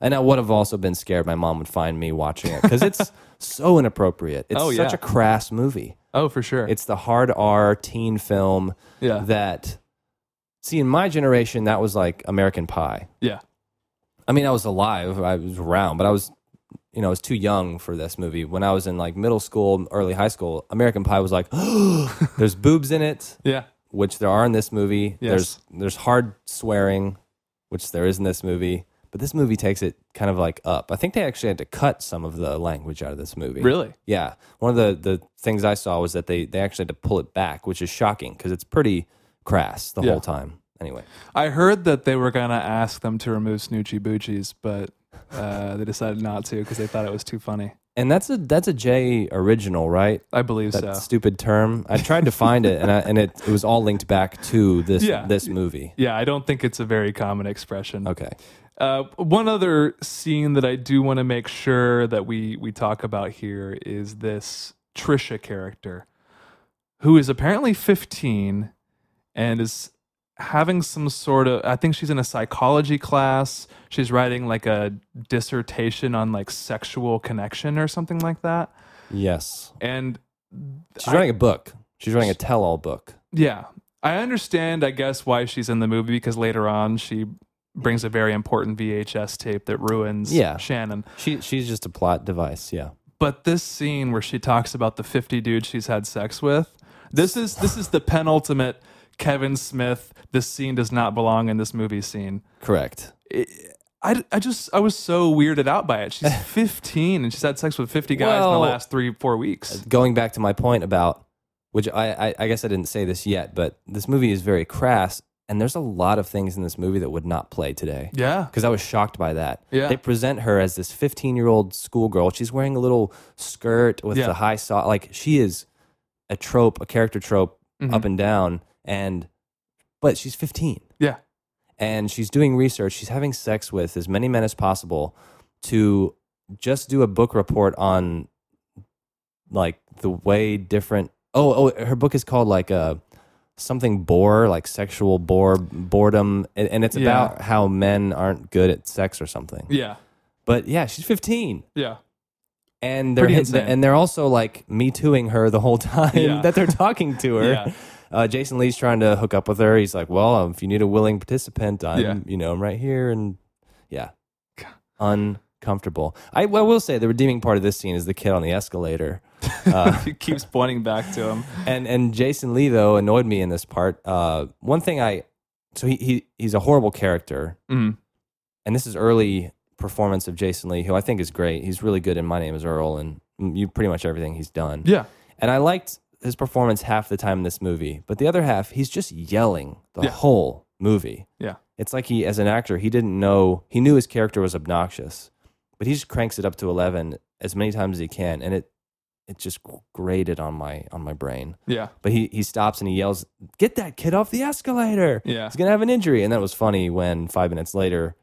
And I would have also been scared my mom would find me watching it because [laughs] it's so inappropriate. It's Oh, such yeah. a crass movie. Oh, for sure. It's the hard R teen film Yeah. that, see, in my generation, that was like American Pie. yeah. I mean, I was alive, I was around, but I was, you know, I was too young for this movie. When I was in like middle school, early high school, American Pie was like, [gasps] there's boobs in it, Yeah. which there are in this movie. Yes. There's there's hard swearing, which there is in this movie. But this movie takes it kind of like up. I think they actually had to cut some of the language out of this movie. Really? Yeah. One of the the things I saw was that they they actually had to pull it back, which is shocking because it's pretty crass the Yeah. whole time. Anyway, I heard that they were gonna ask them to remove Snoochie Boochies, but [laughs] uh, they decided not to because they thought it was too funny. and that's a that's a J original, right? I believe That so. stupid term. I tried to find it, and I, and it, it was all linked back to this Yeah. this movie. yeah, I don't think it's a very common expression. Okay. Uh, one other scene that I do want to make sure that we we talk about here is this Trisha character, who is apparently 15 and is having some sort of I think she's in a psychology class. She's writing like a dissertation on like sexual connection or something like that. Yes, And she's writing a book. She's writing a tell-all book. Yeah. I understand, I guess, why she's in the movie because later on she brings a very important VHS tape that ruins Yeah. Shannon. She she's just a plot device. Yeah. But this scene where she talks about the 50 dudes she's had sex with, this is this is the penultimate Kevin Smith, this scene does not belong in this movie scene. Correct. I, I just I was so weirded out by it. [laughs] She's 15 and she's had sex with 50 guys in Well- uh, the last 3 4 weeks. Going back to my point about which I, I I guess I didn't say this yet, but this movie is very crass, and there's a lot of things in this movie that would not play today. Yeah. Because I was shocked by that. Yeah. They present her as this 15 year old schoolgirl. She's wearing a little skirt with Yeah. the high sock. Like she is a trope, a character trope, Mm-hmm. up and down. And but she's 15. Yeah. and she's doing research. She's having sex with as many men as possible to just do a book report on like the way different. Oh, oh, her book is called like uh something bore, like sexual bore boredom, and, and it's Yeah. about how men aren't good at sex or something. Yeah. But yeah, she's fifteen. Yeah. And they're Pretty insane. and they're also like me tooing her the whole [laughs] time Yeah. that they're talking to her. Yeah. Uh, Jason Lee's trying to hook up with her. He's like, "Well, um, if you need a willing participant, I'm, Yeah. you know, I'm right here." And yeah, uncomfortable. I, I will say the redeeming part of this scene is the kid on the [sighs] escalator, Uh. [laughs] She keeps pointing back to him. and and Jason Lee though annoyed me in this part. Uh, one thing I, so he, he he's a horrible character, Mm. and this is early performance of Jason Lee, who I think is great. He's really good in My Name Is Earl, and mm, you pretty much everything he's done. Yeah. And I liked his performance half the time in this movie, but the other half, he's just yelling the Yeah. whole movie. Yeah. It's like he, as an actor, he didn't know, he knew his character was obnoxious, but he just cranks it up to 11 as many times as he can. And it, it just grated on my on my brain. Yeah. But he, he stops and he yells, "Get that kid off the escalator! Yeah. he's gonna have an injury." And that was funny. When five minutes later,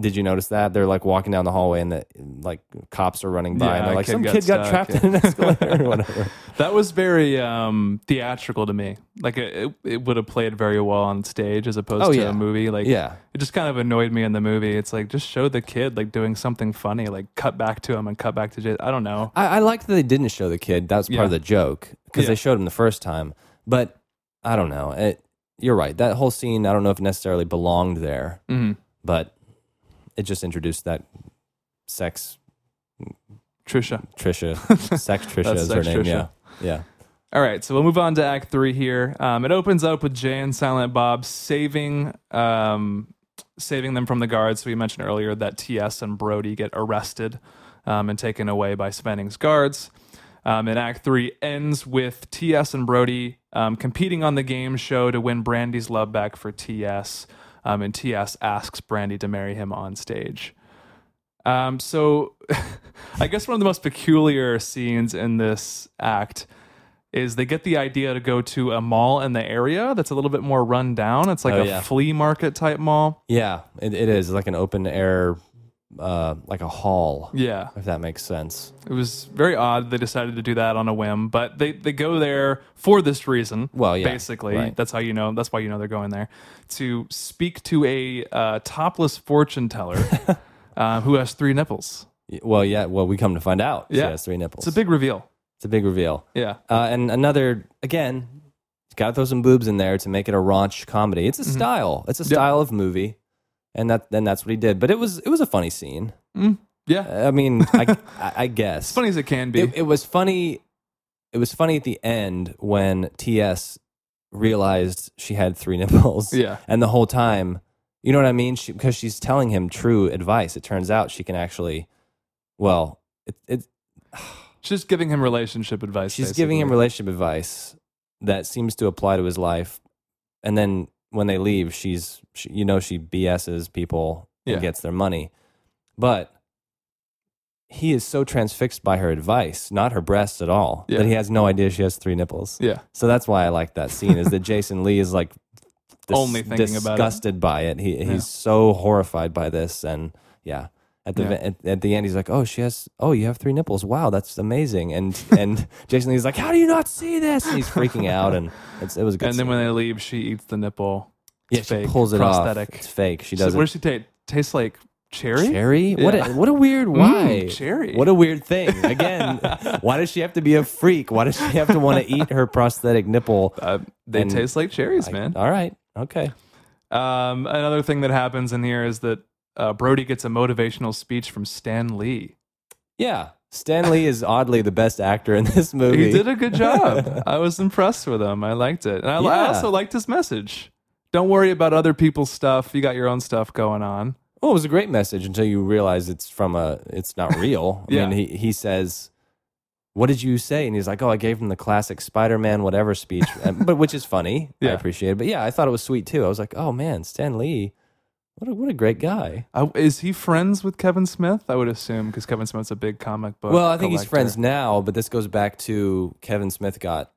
did you notice that they're like walking down the hallway and the like cops are running by Yeah, and they're a like, kid "Some got kid got stuck." trapped in an escalator [laughs] or whatever." That was very um, theatrical to me. Like it, it, it would have played very well on stage as opposed Oh, to yeah. a movie. Like Yeah. it just kind of annoyed me in the movie. It's like just show the kid like doing something funny. Like cut back to him and cut back to Jay. I don't know. I, I liked that they didn't show the kid. That was part Yeah. of the joke because Yeah. they showed him the first time. But I don't know. It, you're right. That whole scene, I don't know if it necessarily belonged there, Mhm. but it just introduced that sex Trisha. [laughs] Trisha. sex Trisha That's is her sex name. Trisha. Yeah. Yeah. All right, so we'll move on to Act Three here. Um, it opens up with Jay and Silent Bob saving um, saving them from the guards. So we mentioned earlier that TS and Brody get arrested um, and taken away by Svenning's guards. Um, and Act Three ends with TS and Brody um, competing on the game show to win Brandy's love back for TS. Um, and TS asks Brandy to marry him on stage. Um, so [laughs] I guess one of the most peculiar scenes in this act is they get the idea to go to a mall in the area that's a little bit more run down. It's like Oh, a yeah. flea market type mall. Yeah. It, it is like an open air uh, like a hall, Yeah. if that makes sense. It was very odd they decided to do that on a whim, but they, they go there for this reason. Well, yeah, Basically, right. that's how you know. That's why you know they're going there to speak to a uh, topless fortune teller [laughs] um, who has three nipples. Y- Well, yeah. Well, we come to find out. Yeah. she has three nipples. It's a big reveal. it's a big reveal. Yeah. Uh, and another, again, got to throw some boobs in there to make it a raunch comedy. Mm-hmm. It's a style. It's a style of movie, and that and that's what he did. But it was it was a funny scene. Mm-hmm. Yeah. I [laughs] mean, I, I, I guess Funny as it can be. It, it was funny. It was funny at the end when T.S. realized she had three [laughs] nipples. Yeah. and the whole time, you know what I mean? She, because she's telling him true advice. It turns out she can actually, well, it, it, She's giving him relationship advice. she's giving him basically. relationship advice that seems to apply to his life. And then when they leave, she's she, you know she BSs people and Yeah. gets their money, but he is so transfixed by her advice, not her breasts at all, Yeah. that he has no idea she has three nipples. Yeah. So that's why I like that scene is that Jason Lee is like Only thinking about it. disgusted by it. He he's so horrified by this and yeah. At the Yeah. at, at the end, he's like, "Oh, she has. Oh, you have three nipples. Wow, that's amazing." And [laughs] and Jason Lee's like, "How do you not see this?" And he's freaking out, and it's, it was a good. And then scene. when they leave, she eats the nipple. yeah, It's she fake, pulls it prosthetic. off. It's fake. She So does what it. does she taste? Tastes like cherry? Cherry? What a Yeah. Mm, what a weird why? cherry. What a weird thing. [laughs] Again, why does she have to be a freak? Why does she have to want to eat her prosthetic [laughs] nipple? Uh, they And taste like cherries, man. All right. Okay. Um, another thing that happens in here is that uh, Brody gets a motivational speech from Stan Lee. Yeah. Stan Lee is oddly the best actor in this movie. [laughs] He did a [laughs] good job. I was impressed with him. I liked it. And I, I Yeah. also liked his message. Don't worry about other people's stuff. You got your own stuff going on. Well, it was a great message until you realize it's from a it's not real. Yeah. I mean, he he says, "What did you say?" And he's like, "Oh, I gave him the classic Spider-Man whatever speech," [laughs] and, but which is funny. I Yeah. appreciate it. But yeah, I thought it was sweet too. I was like, "Oh man, Stan Lee, what a, what a great guy." I, is he friends with Kevin Smith? I would assume because Kevin Smith's a big comic book. well, I think he's collector. friends now, but this goes back to Kevin Smith got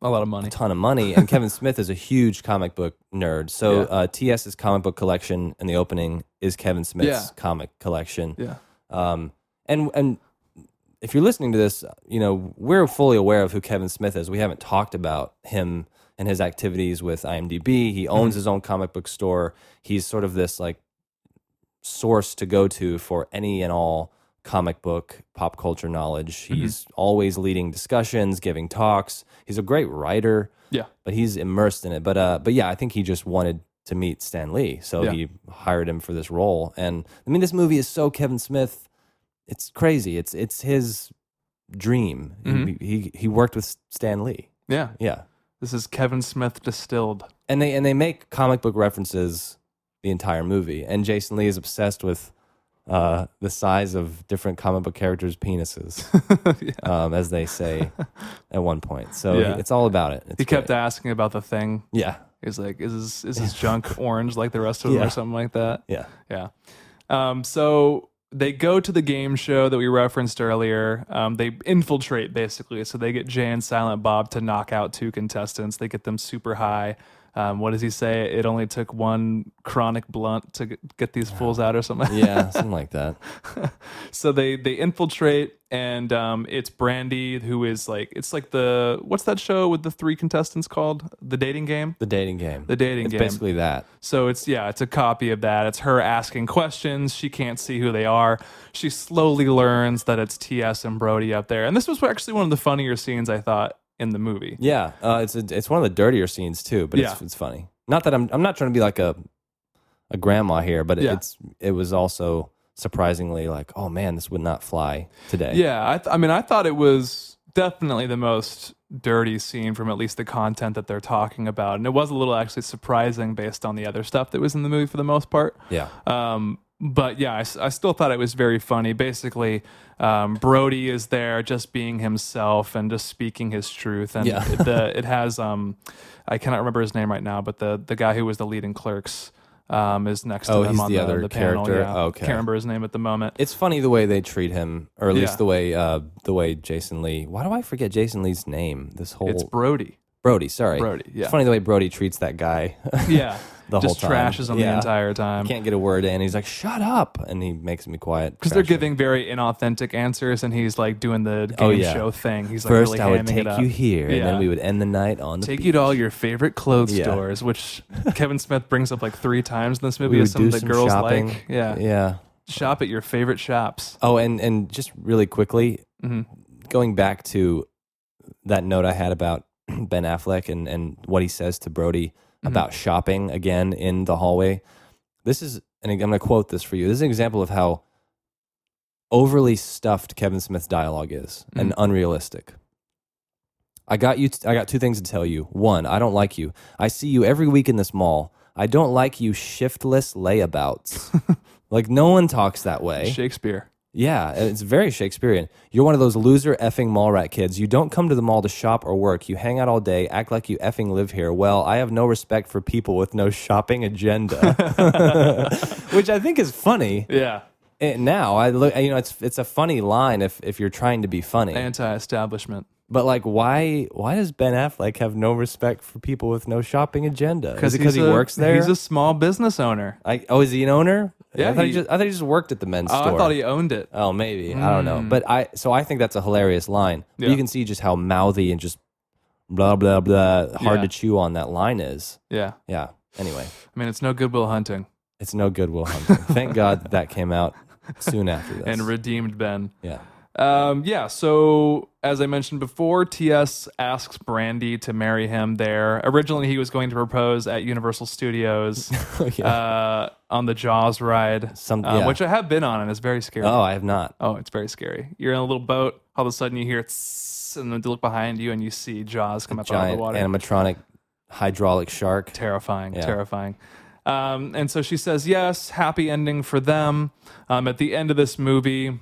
A lot of money. a ton of money, and [laughs] Kevin Smith is a huge comic book nerd. So Yeah. uh, TS's comic book collection in the opening is Kevin Smith's Yeah. comic collection. Yeah. Um, and and if you're listening to this, you know we're fully aware of who Kevin Smith is. We haven't talked about him and his activities with IMDb. Mm-hmm. He owns his own comic book store. He's sort of this like source to go to for any and all comic book pop culture knowledge. Mm-hmm. He's always leading discussions, giving talks. He's a great writer, Yeah. but he's immersed in it. But uh, but yeah, I think he just wanted to meet Stan Lee, so Yeah. he hired him for this role. And I mean, this movie is so Kevin Smith. It's crazy. It's it's his dream. He- Mhm. He, he worked with Stan Lee. Yeah. Yeah, This is Kevin Smith distilled. and they and they make comic book references the entire movie. And Jason Lee is obsessed with uh, the size of different comic book characters' penises, [laughs] Yeah. um, as they [laughs] say at one point. So Yeah. it's all about it. It's He kept great. asking about the thing. Yeah, He's like, is his, is [laughs] his junk orange like the rest of them Yeah. or something like that? yeah. Yeah. Um, so they go to the game show that we referenced earlier. Um, they infiltrate basically. So they get Jay and Silent Bob to knock out two contestants. They get them super high. Um, what does he say? It only took one chronic blunt to get- get these fools out or something. Yeah, something like that. [laughs] so they they infiltrate and um, it's Brandy who is like it's like the what's that show with the three contestants called? The dating game? The dating game. The dating it's game. Basically that. So it's yeah, it's a copy of that. It's her asking questions. She can't see who they are. She slowly learns that it's TS and Brody up there. And this was actually one of the funnier scenes I thought in the movie. Yeah, uh, it's a, it's one of the dirtier scenes too, but it's Yeah. it's funny. Not that I'm I'm not trying to be like a a grandma here, but Yeah. it's it was also surprisingly like, oh man, this would not fly today. Yeah, I, th- I mean, I thought it was definitely the most dirty scene from at least the content that they're talking about, and it was a little actually surprising based on the other stuff that was in the movie for the most part. Yeah. Um, but yeah, I, s- I still thought it was very funny. Basically, um, Brody is there just being himself and just speaking his truth. And Yeah. [laughs] the, it has, um, I cannot remember his name right now, but the, the guy who was the lead in Clerks um, is next to Oh, them he's on the the, other the panel. character? Oh, Yeah. Okay. Can't remember his name at the moment. It's funny the way they treat him, or at least Yeah. the way uh, the way Jason Lee. Why do I forget Jason Lee's name? This whole [laughs] it's Brody. Brody, sorry. Brody, yeah. It's funny the way Brody treats that guy. [laughs] Yeah. The just whole time. trashes him Yeah. the entire time. Can't get a word in. He's like, shut up. And he makes me quiet. Because they're Trash him. giving very inauthentic answers, and he's like doing the game Oh, yeah. show thing. He's like First, really I would hamming take it up. you here, and then Yeah. we would end the night on the take beach. you to all your favorite clothes Yeah. [laughs] stores, which Kevin Smith brings up like three times in this movie. we would as some do of the some girls shopping. like, yeah. yeah. shop at your favorite shops. Mm-hmm. Oh, and and just really quickly, going back to that note I had about [clears throat] Ben Affleck and and what he says to Brody about shopping again in the hallway. This is, and I'm going to quote this for you. This is an example of how overly stuffed Kevin Smith's dialogue is and unrealistic. I got you. I got two things to tell you. One, I don't like you. I see you every week in this mall. I don't like you shiftless layabouts. like no one talks that way. Shakespeare. Yeah, and it's very Shakespearean. You're one of those loser effing mall rat kids. You don't come to the mall to shop or work. You hang out all day, act like you effing live here. Well, I have no respect for people with no shopping agenda, [laughs] which I think is funny. Yeah, And now I look, you know, it's it's a funny line if if you're trying to be funny. anti-establishment. but like, why why does Ben Affleck have no respect for people with no shopping agenda? Is it because he he's a- works there? He's a small business owner. I- oh, is he an owner? Yeah, I thought he, he- just I thought he just worked at the men's Oh, store. I thought he owned it. Oh, maybe I don't know, but I so I think that's a hilarious line. But Hmm. Yeah. You can see just how mouthy and just blah blah blah hard Yeah. to chew on that line is. Yeah, Yeah. Anyway, I mean it's no Goodwill Hunting it's no good. Will Hunting. [laughs] Thank God that came out soon after this. and redeemed Ben. yeah, Um, yeah, so as I mentioned before, TS asks Brandy to marry him there. Originally, he was going to propose at [laughs] Universal Studios uh, on the Jaws ride, Oh, Some- uh, yeah. which I have been on, and it's very scary. Oh, I have not. Oh, it's very scary. You're in a little boat. All of a sudden, you hear tss, and then you look behind you, and you see Jaws come up out of Giant the water. animatronic hydraulic shark. terrifying, terrifying. Um, and so she says yes. Happy ending for them. Um, at the end of this movie,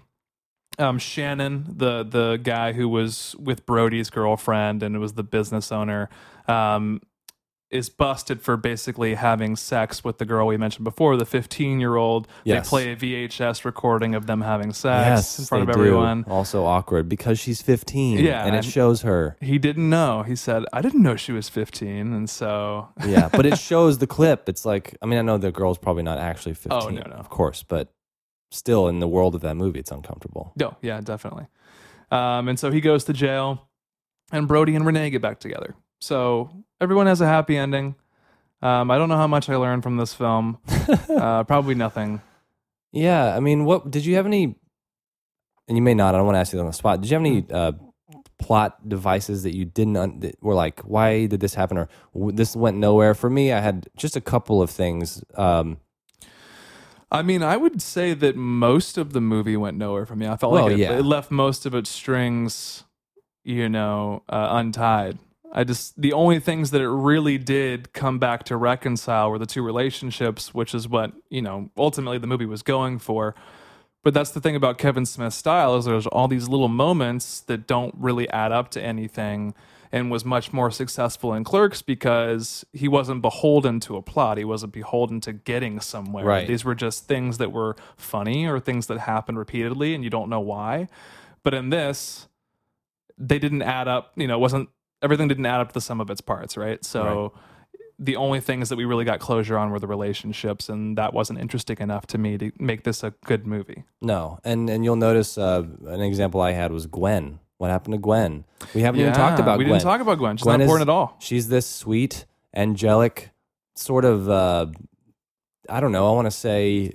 um, Shannon, the the guy who was with Brody's girlfriend and was the business owner, um, is busted for basically having sex with the girl we mentioned before, the 15 year old. Yes. They play a VHS recording of them having sex Yes, in front of they do. everyone. Also awkward because she's 15. Yeah, and it and- shows her. He didn't know. He said, "I didn't know she was 15," and so Yeah, [laughs] but it shows the clip. It's like I mean I know the girl's probably not actually 15. Oh, no, no. of course, but still in the world of that movie, it's uncomfortable. No, Oh, yeah, definitely. Um, and so he goes to jail, and Brody and Renee get back together. So everyone has a happy ending. Um, I don't know how much I learned from this film. [laughs] uh, probably nothing. [laughs] Yeah, I mean, what did you have any? And you may not. I don't want to ask you on the spot. Did you have any Mm. uh, plot devices that you didn't un- that were like, why did this happen, or "W- this went nowhere? For me, I had just a couple of things. Um, [laughs] I mean, I would say that most of the movie went nowhere for me. I felt Well, like it, yeah. it left most of its strings, you know, uh, untied. I just the only things that it really did come back to reconcile were the two relationships, which is what you know ultimately the movie was going for. But that's the thing about Kevin Smith's style is there's all these little moments that don't really add up to anything and was much more successful in Clerks because he wasn't beholden to a plot. He wasn't beholden to getting somewhere. Right. These were just things that were funny or things that happened repeatedly and you don't know why. But in this, they didn't add up, you know, it wasn't everything didn't add up to the sum of its parts, right? So the only things that we really got closure on were the relationships and that wasn't interesting enough to me to make this a good movie. no, and and you'll notice uh, an example I had was Gwen. What happened to Gwen? We haven't even talked Yeah, about. we Gwen. didn't talk about Gwen. She's not is- important at all. She's this sweet, angelic, sort of. Uh, I don't know. I want to say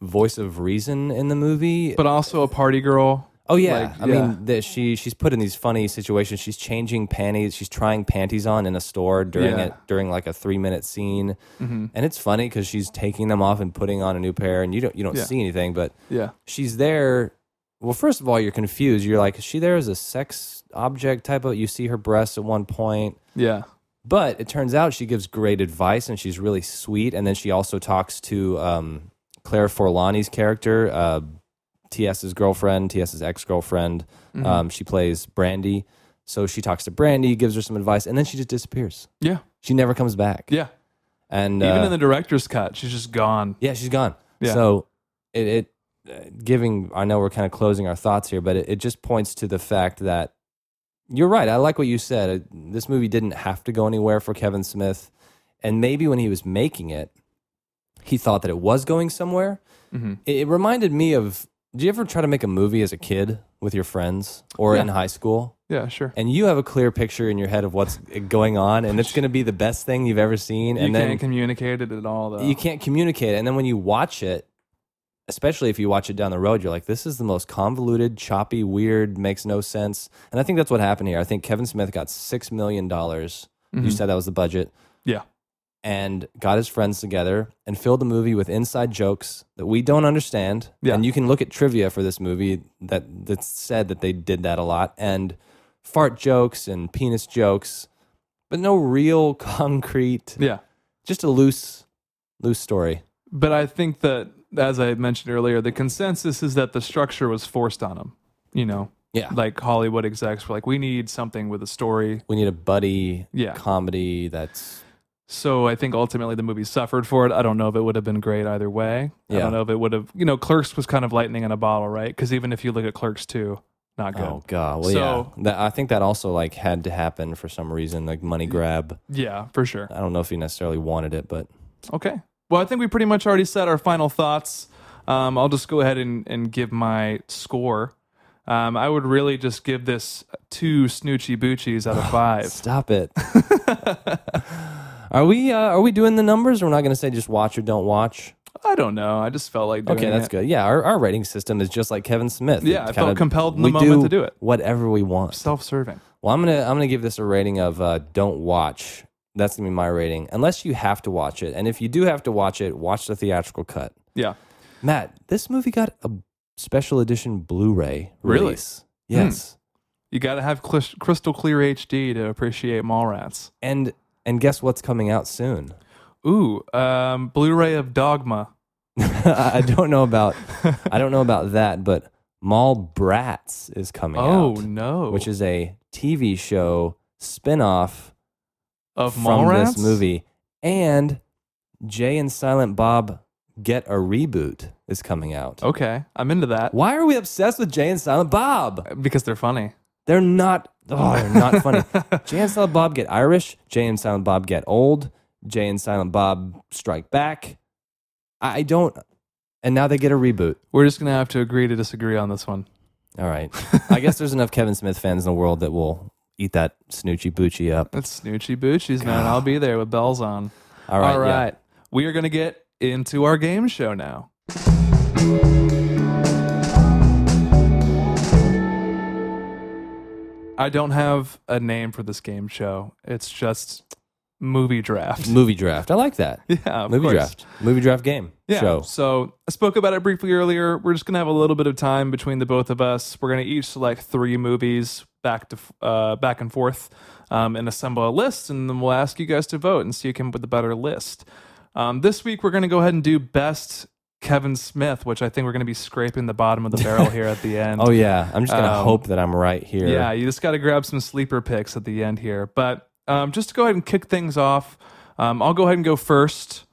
voice of reason in the movie But also a party girl. Oh yeah, Like, I yeah. mean that she she's put in these funny situations. She's changing panties. She's trying panties on in a store during Yeah. it during like a three minute scene, Mm-hmm. and it's funny because she's taking them off and putting on a new pair, and you don't you don't Yeah. see anything, but Yeah. she's there. Well, first of all, you're confused. You're like, is she there as a sex object type of? You see her breasts at one point, Yeah. but it turns out she gives great advice and she's really sweet. And then she also talks to um, Claire Forlani's character, uh, TS's girlfriend, TS's ex girlfriend. Mm-hmm. Um, she plays Brandy. So she talks to Brandy, gives her some advice, and then she just disappears. Yeah. She never comes back. Yeah. And Even uh, in the director's cut, she's just gone. yeah, she's gone. Yeah. So it, it uh, giving, I know we're kind of closing our thoughts here, but it, it just points to the fact that you're right. I like what you said. It- This movie didn't have to go anywhere for Kevin Smith. And maybe when he was making it, he thought that it was going somewhere. Mm-hmm. It, it reminded me of do you ever try to make a movie as a kid with your friends or in high school? Yeah, sure. And you have a clear picture in your head of what's going on, and it's going to be the best thing you've ever seen. you and then can't communicate it at all, though. you can't communicate. it. And then when you watch it, especially if you watch it down the road, you're like, this is the most convoluted, choppy, weird, makes no sense. And I think that's what happened here. I think Kevin Smith got $6 million. You said that was the budget. yeah. And got his friends together and filled the movie with inside jokes that we don't understand. Yeah. And you can look at trivia for this movie that that said that they did that a lot and fart jokes and penis jokes, but no real [laughs] concrete, Yeah. just a loose, loose story. But I think that, as I mentioned earlier, the consensus is that the structure was forced on him. You know, Yeah. like Hollywood execs were like, we need something with a story. we need a buddy Yeah. comedy that's So I think ultimately the movie suffered for it. I don't know if it would have been great either way. I Yeah. don't know if it would have, you know, Clerks was kind of lightning in a bottle, right? Because even if you look at Clerks 2, not good. oh god well So- yeah that, i think that also like had to happen for some reason like money grab Yeah, for sure. i don't know if he necessarily wanted it but Okay. Well, I think we pretty much already said our final thoughts. Um, I'll just go ahead and, and give my score. Um, I would really just give this two snoochie boochies out of five. stop [laughs] it are we uh, are we doing the numbers we're not going to say just watch or don't watch I don't know. I just felt like doing okay that's it. good yeah our, our rating system is just like kevin smith Yeah, I felt kinda- compelled in the we moment to do it. whatever we want Self-serving. Well, I'm gonna I'm gonna give this a rating of uh, don't watch. That's gonna be my rating, unless you have to watch it. And if you do have to watch it, watch the theatrical cut. Yeah. Matt, this movie got a special edition Blu-ray Really? Hmm. release. Yes, You got to have clis- crystal clear HD to appreciate Mallrats. and and guess what's coming out soon? [laughs] Ooh, um, Blu-ray of Dogma. I don't know about I don't know about that, but Mall Brats is coming Oh out, no. which is a TV show spin-off of from Mallrats this movie. And Jay and Silent Bob Get a Reboot is coming out. Okay, I'm into that Why are we obsessed with Jay and Silent Bob? because they're funny. They're not oh, they're not [laughs] funny. Jay and Silent Bob Get Irish, Jay and Silent Bob Get Old, Jay and Silent Bob Strike Back. I I don't and now they get a reboot. We're just gonna have to agree to disagree on this one. All [laughs] right. I guess there's enough Kevin Smith fans in the world that will eat that snoochie boochie up. That's snoochie boochies, man. I'll be there with bells on. All right. All yeah. right. We are going to get into our game show now. I don't have a name for this game show. It's just movie draft. Movie draft. I like that. [laughs] Yeah, of Movie course. draft. Movie draft game. Yeah. Show. So I spoke about it briefly earlier. We're just gonna have a little bit of time between the both of us. We're gonna each select three movies back to uh, back and forth, um, and assemble a list, and then we'll ask you guys to vote and see who came up with a better list. Um, this week we're gonna go ahead and do best Kevin Smith, which I think we're gonna be scraping the bottom of the barrel here at the [laughs] end. Oh yeah, I'm just gonna Um, hope that I'm right here. Yeah, you just got to grab some sleeper picks at the end here. But um, just to go ahead and kick things off, um, I'll go ahead and go first,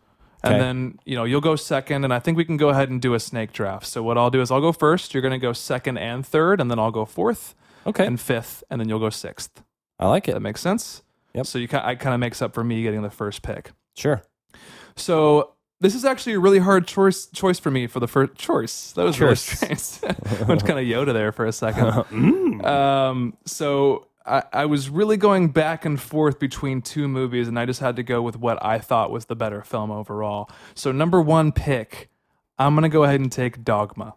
and Okay. then you know you'll go second, and I think we can go ahead and do a snake draft. So what I'll do is I'll go first. You're going to go second and third, and then I'll go fourth Okay, and fifth, and then you'll go sixth. I like it. That makes sense. Yep. So you, ki- I kind of makes up for me getting the first pick. Sure. So this is actually a really hard choice choice for me for the first choice. That was really strange. [laughs] Went kind of Yoda there for [laughs] a second. Mm. Um, so I, I was really going back and forth between two movies, and I just had to go with what I thought was the better film overall. So number one pick, I'm gonna go ahead and take Dogma.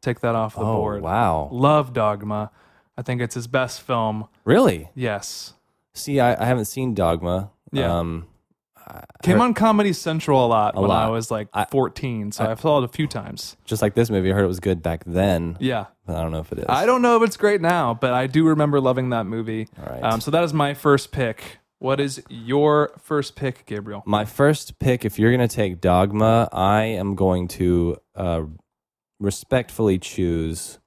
Take that off the Oh board. wow, Love Dogma. I think it's his best film. really? Yes. See, I, I haven't seen Dogma. Yeah. Um, Came on Comedy Central a lot when I lot. was like I- 14, so I, saw it a few times. just like this movie, I heard it was good back then. Yeah. But I don't know if it is. I don't know if it's great now, but I do remember loving that movie. All right. Um, so that is my first pick. What is your first pick, Gabriel? My first pick, if you're gonna take Dogma, I am going to uh, respectfully choose.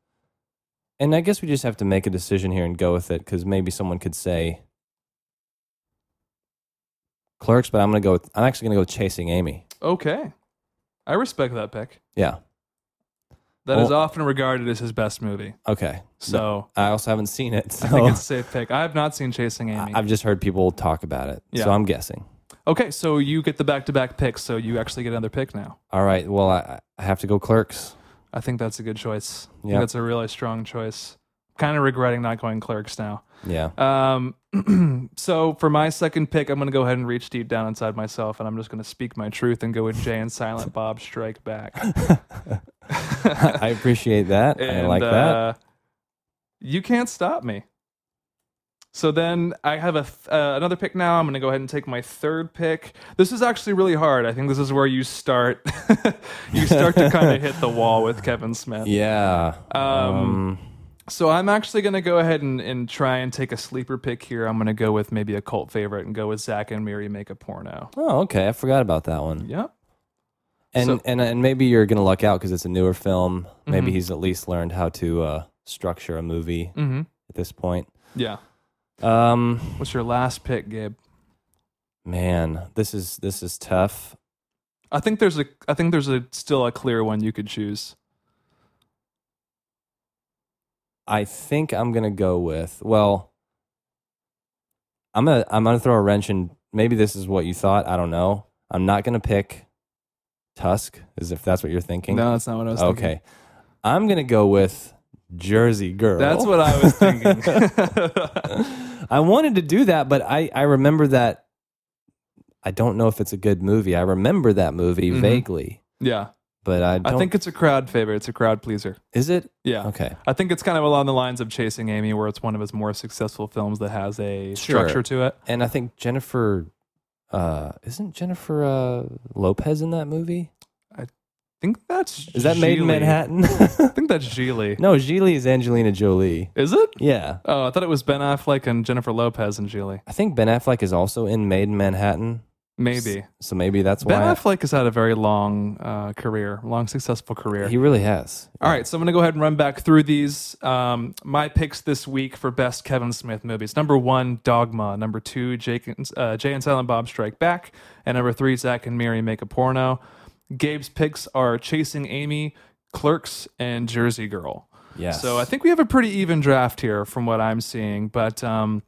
And I guess we just have to make a decision here and go with it because maybe someone could say Clerks, but I'm gonna go. With, I'm actually gonna go with Chasing Amy. Okay. I respect that pick. Yeah. that is Well- often regarded as his best movie. Okay. So I also haven't seen it. So I think [laughs] it's a safe pick. I have not seen Chasing Amy. I've just heard people talk about it. Yeah. So I'm guessing. okay, so you get the back to back picks, so you actually get another pick now. All right. Well, I, I have to go clerks. I think that's a good choice. I think Yeah. that's a really strong choice. Kind of regretting not going clerks now. Yeah. Um, [clears throat] so for my second pick, I'm going to go ahead and reach deep down inside myself, and I'm just going to speak my truth and go with Jay and Silent Bob [laughs] Strike Back. I appreciate that. I And, like that. uh, you can't stop me. So then I have a th- uh, another pick now. I'm going to go ahead and take my third pick. This is actually really hard. I think this is where you start. [laughs] you start to kind of hit the wall with Kevin Smith. Yeah. Um, So I'm actually going to go ahead and, and try and take a sleeper pick here. I'm going to go with maybe a cult favorite and go with Zach and Miri make a porno. oh, okay. I forgot about that one. Yep. And so- and and maybe you're gonna luck out because it's a newer film. Maybe Mm-hmm. he's at least learned how to uh, structure a movie at this point. Mm-hmm. Yeah. Um, What's your last pick, Gabe? man, this is this is tough. I think there's a I think there's a still a clear one you could choose. I think I'm gonna go with well. I'm gonna I'm gonna throw a wrench in. Maybe this is what you thought. I don't know. I'm not gonna pick Tusk, as if that's what you're thinking. No, that's not what I was okay. thinking. I'm gonna go with Jersey Girl. That's what I was thinking. [laughs] [laughs] I wanted to do that, but I, I remember that. I don't know if it's a good movie. I remember that movie vaguely, yeah. but I don't. Mm-hmm. I think it's a crowd favorite. It's a crowd pleaser. is it Yeah. okay. I think it's kind of along the lines of Chasing Amy, where it's one of his more successful films that has a Sure. structure to it. And I think Jennifer, uh, isn't Jennifer uh, Lopez in that movie? I think that's Is that Made in Geely. Manhattan? [laughs] I think that's Geely. no, Gigli is Angelina Jolie. Is it? Yeah, Oh, I thought it was Ben Affleck and Jennifer Lopez and Geely. I think Ben Affleck is also in Made in Manhattan. Maybe. So maybe that's Ben why Affleck has had a very long uh, career, long successful career. he really has. All right, so I'm going to go ahead and run back through these. Um, my picks this week for best Kevin Smith movies: number one, Dogma; number two, Jake and, uh, Jay and Silent Bob Strike Back; and number three, Zach and Mary Make a Porno. Gabe's picks are Chasing Amy, Clerks, and Jersey Girl. Yes. So I think we have a pretty even draft here from what I'm seeing. But um,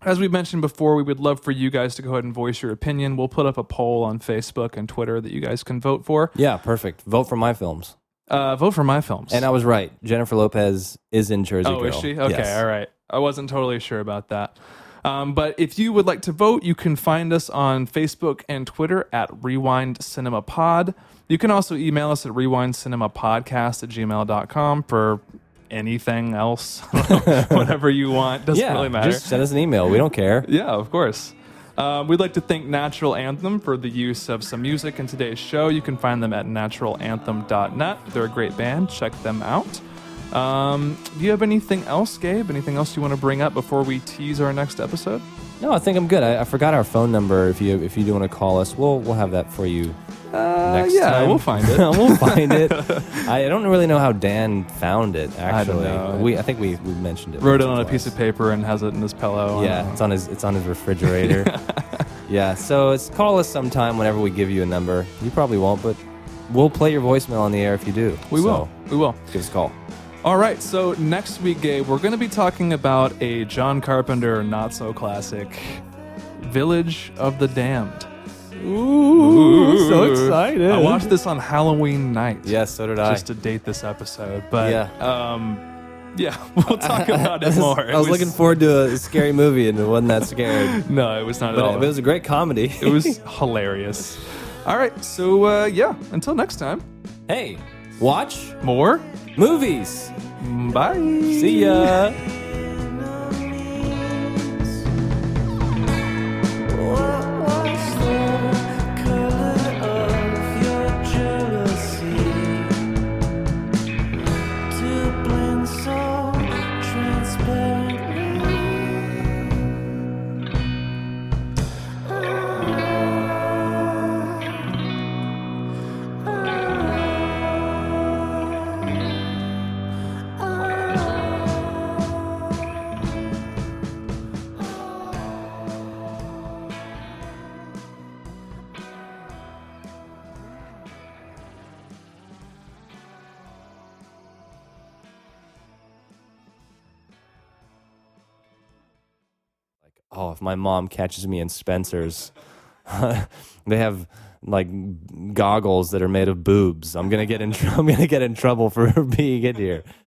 as we mentioned before, we would love for you guys to go ahead and voice your opinion. We'll put up a poll on Facebook and Twitter that you guys can vote for. Yeah, perfect. Vote for my films. Uh, vote for my films. And I was right. Jennifer Lopez is in Jersey Oh, Girl. is she? Okay, Yes. all right. I wasn't totally sure about that. Um, but if you would like to vote, you can find us on Facebook and Twitter at Rewind Cinema Pod. You can also email us at rewindcinemapodcast at gmail.com for anything else, [laughs] whatever you want. Doesn't yeah, really matter. Just send us an email. We don't care. Yeah, of course. Um, we'd like to thank Natural Anthem for the use of some music in today's show. You can find them at naturalanthem.net. They're a great band. Check them out. Um, do you have anything else, Gabe? Anything else you want to bring up before we tease our next episode? No, I think I'm good. I, I forgot our phone number. If you if you do want to call us, we'll we'll have that for you. next Uh, yeah, time. we'll find [laughs] it. we'll find [laughs] it. I don't really know how Dan found it. Actually, know. we I think we we mentioned it. Wrote it once or on a twice. piece of paper and has it in his pillow. Yeah, it's on his it's on his [laughs] refrigerator. yeah, so it's call us sometime whenever we give you a number. You probably won't, but we'll play your voicemail on the air if you do. we So, will. We will. Give us a call. All right, so next week, Gabe, we're going to be talking about a John Carpenter not so classic Village of the Damned. Ooh, so excited. I watched this on Halloween night. Yeah, so did I. Just to date this episode. But Yeah. um [laughs] yeah, we'll [laughs] talk about it more. I was, looking forward to a scary movie and it wasn't that [laughs] scared. No, it was not at But all. it, but it was a great comedy. [laughs] it was hilarious. All right, so uh yeah, until next time. hey, watch More. movies. Bye. See ya. Oh oh, if my mom catches me in Spencer's, [laughs] they have like [laughs] goggles that are made of boobs. I'm gonna get in. Tr- I'm gonna get in trouble for [laughs] being in here.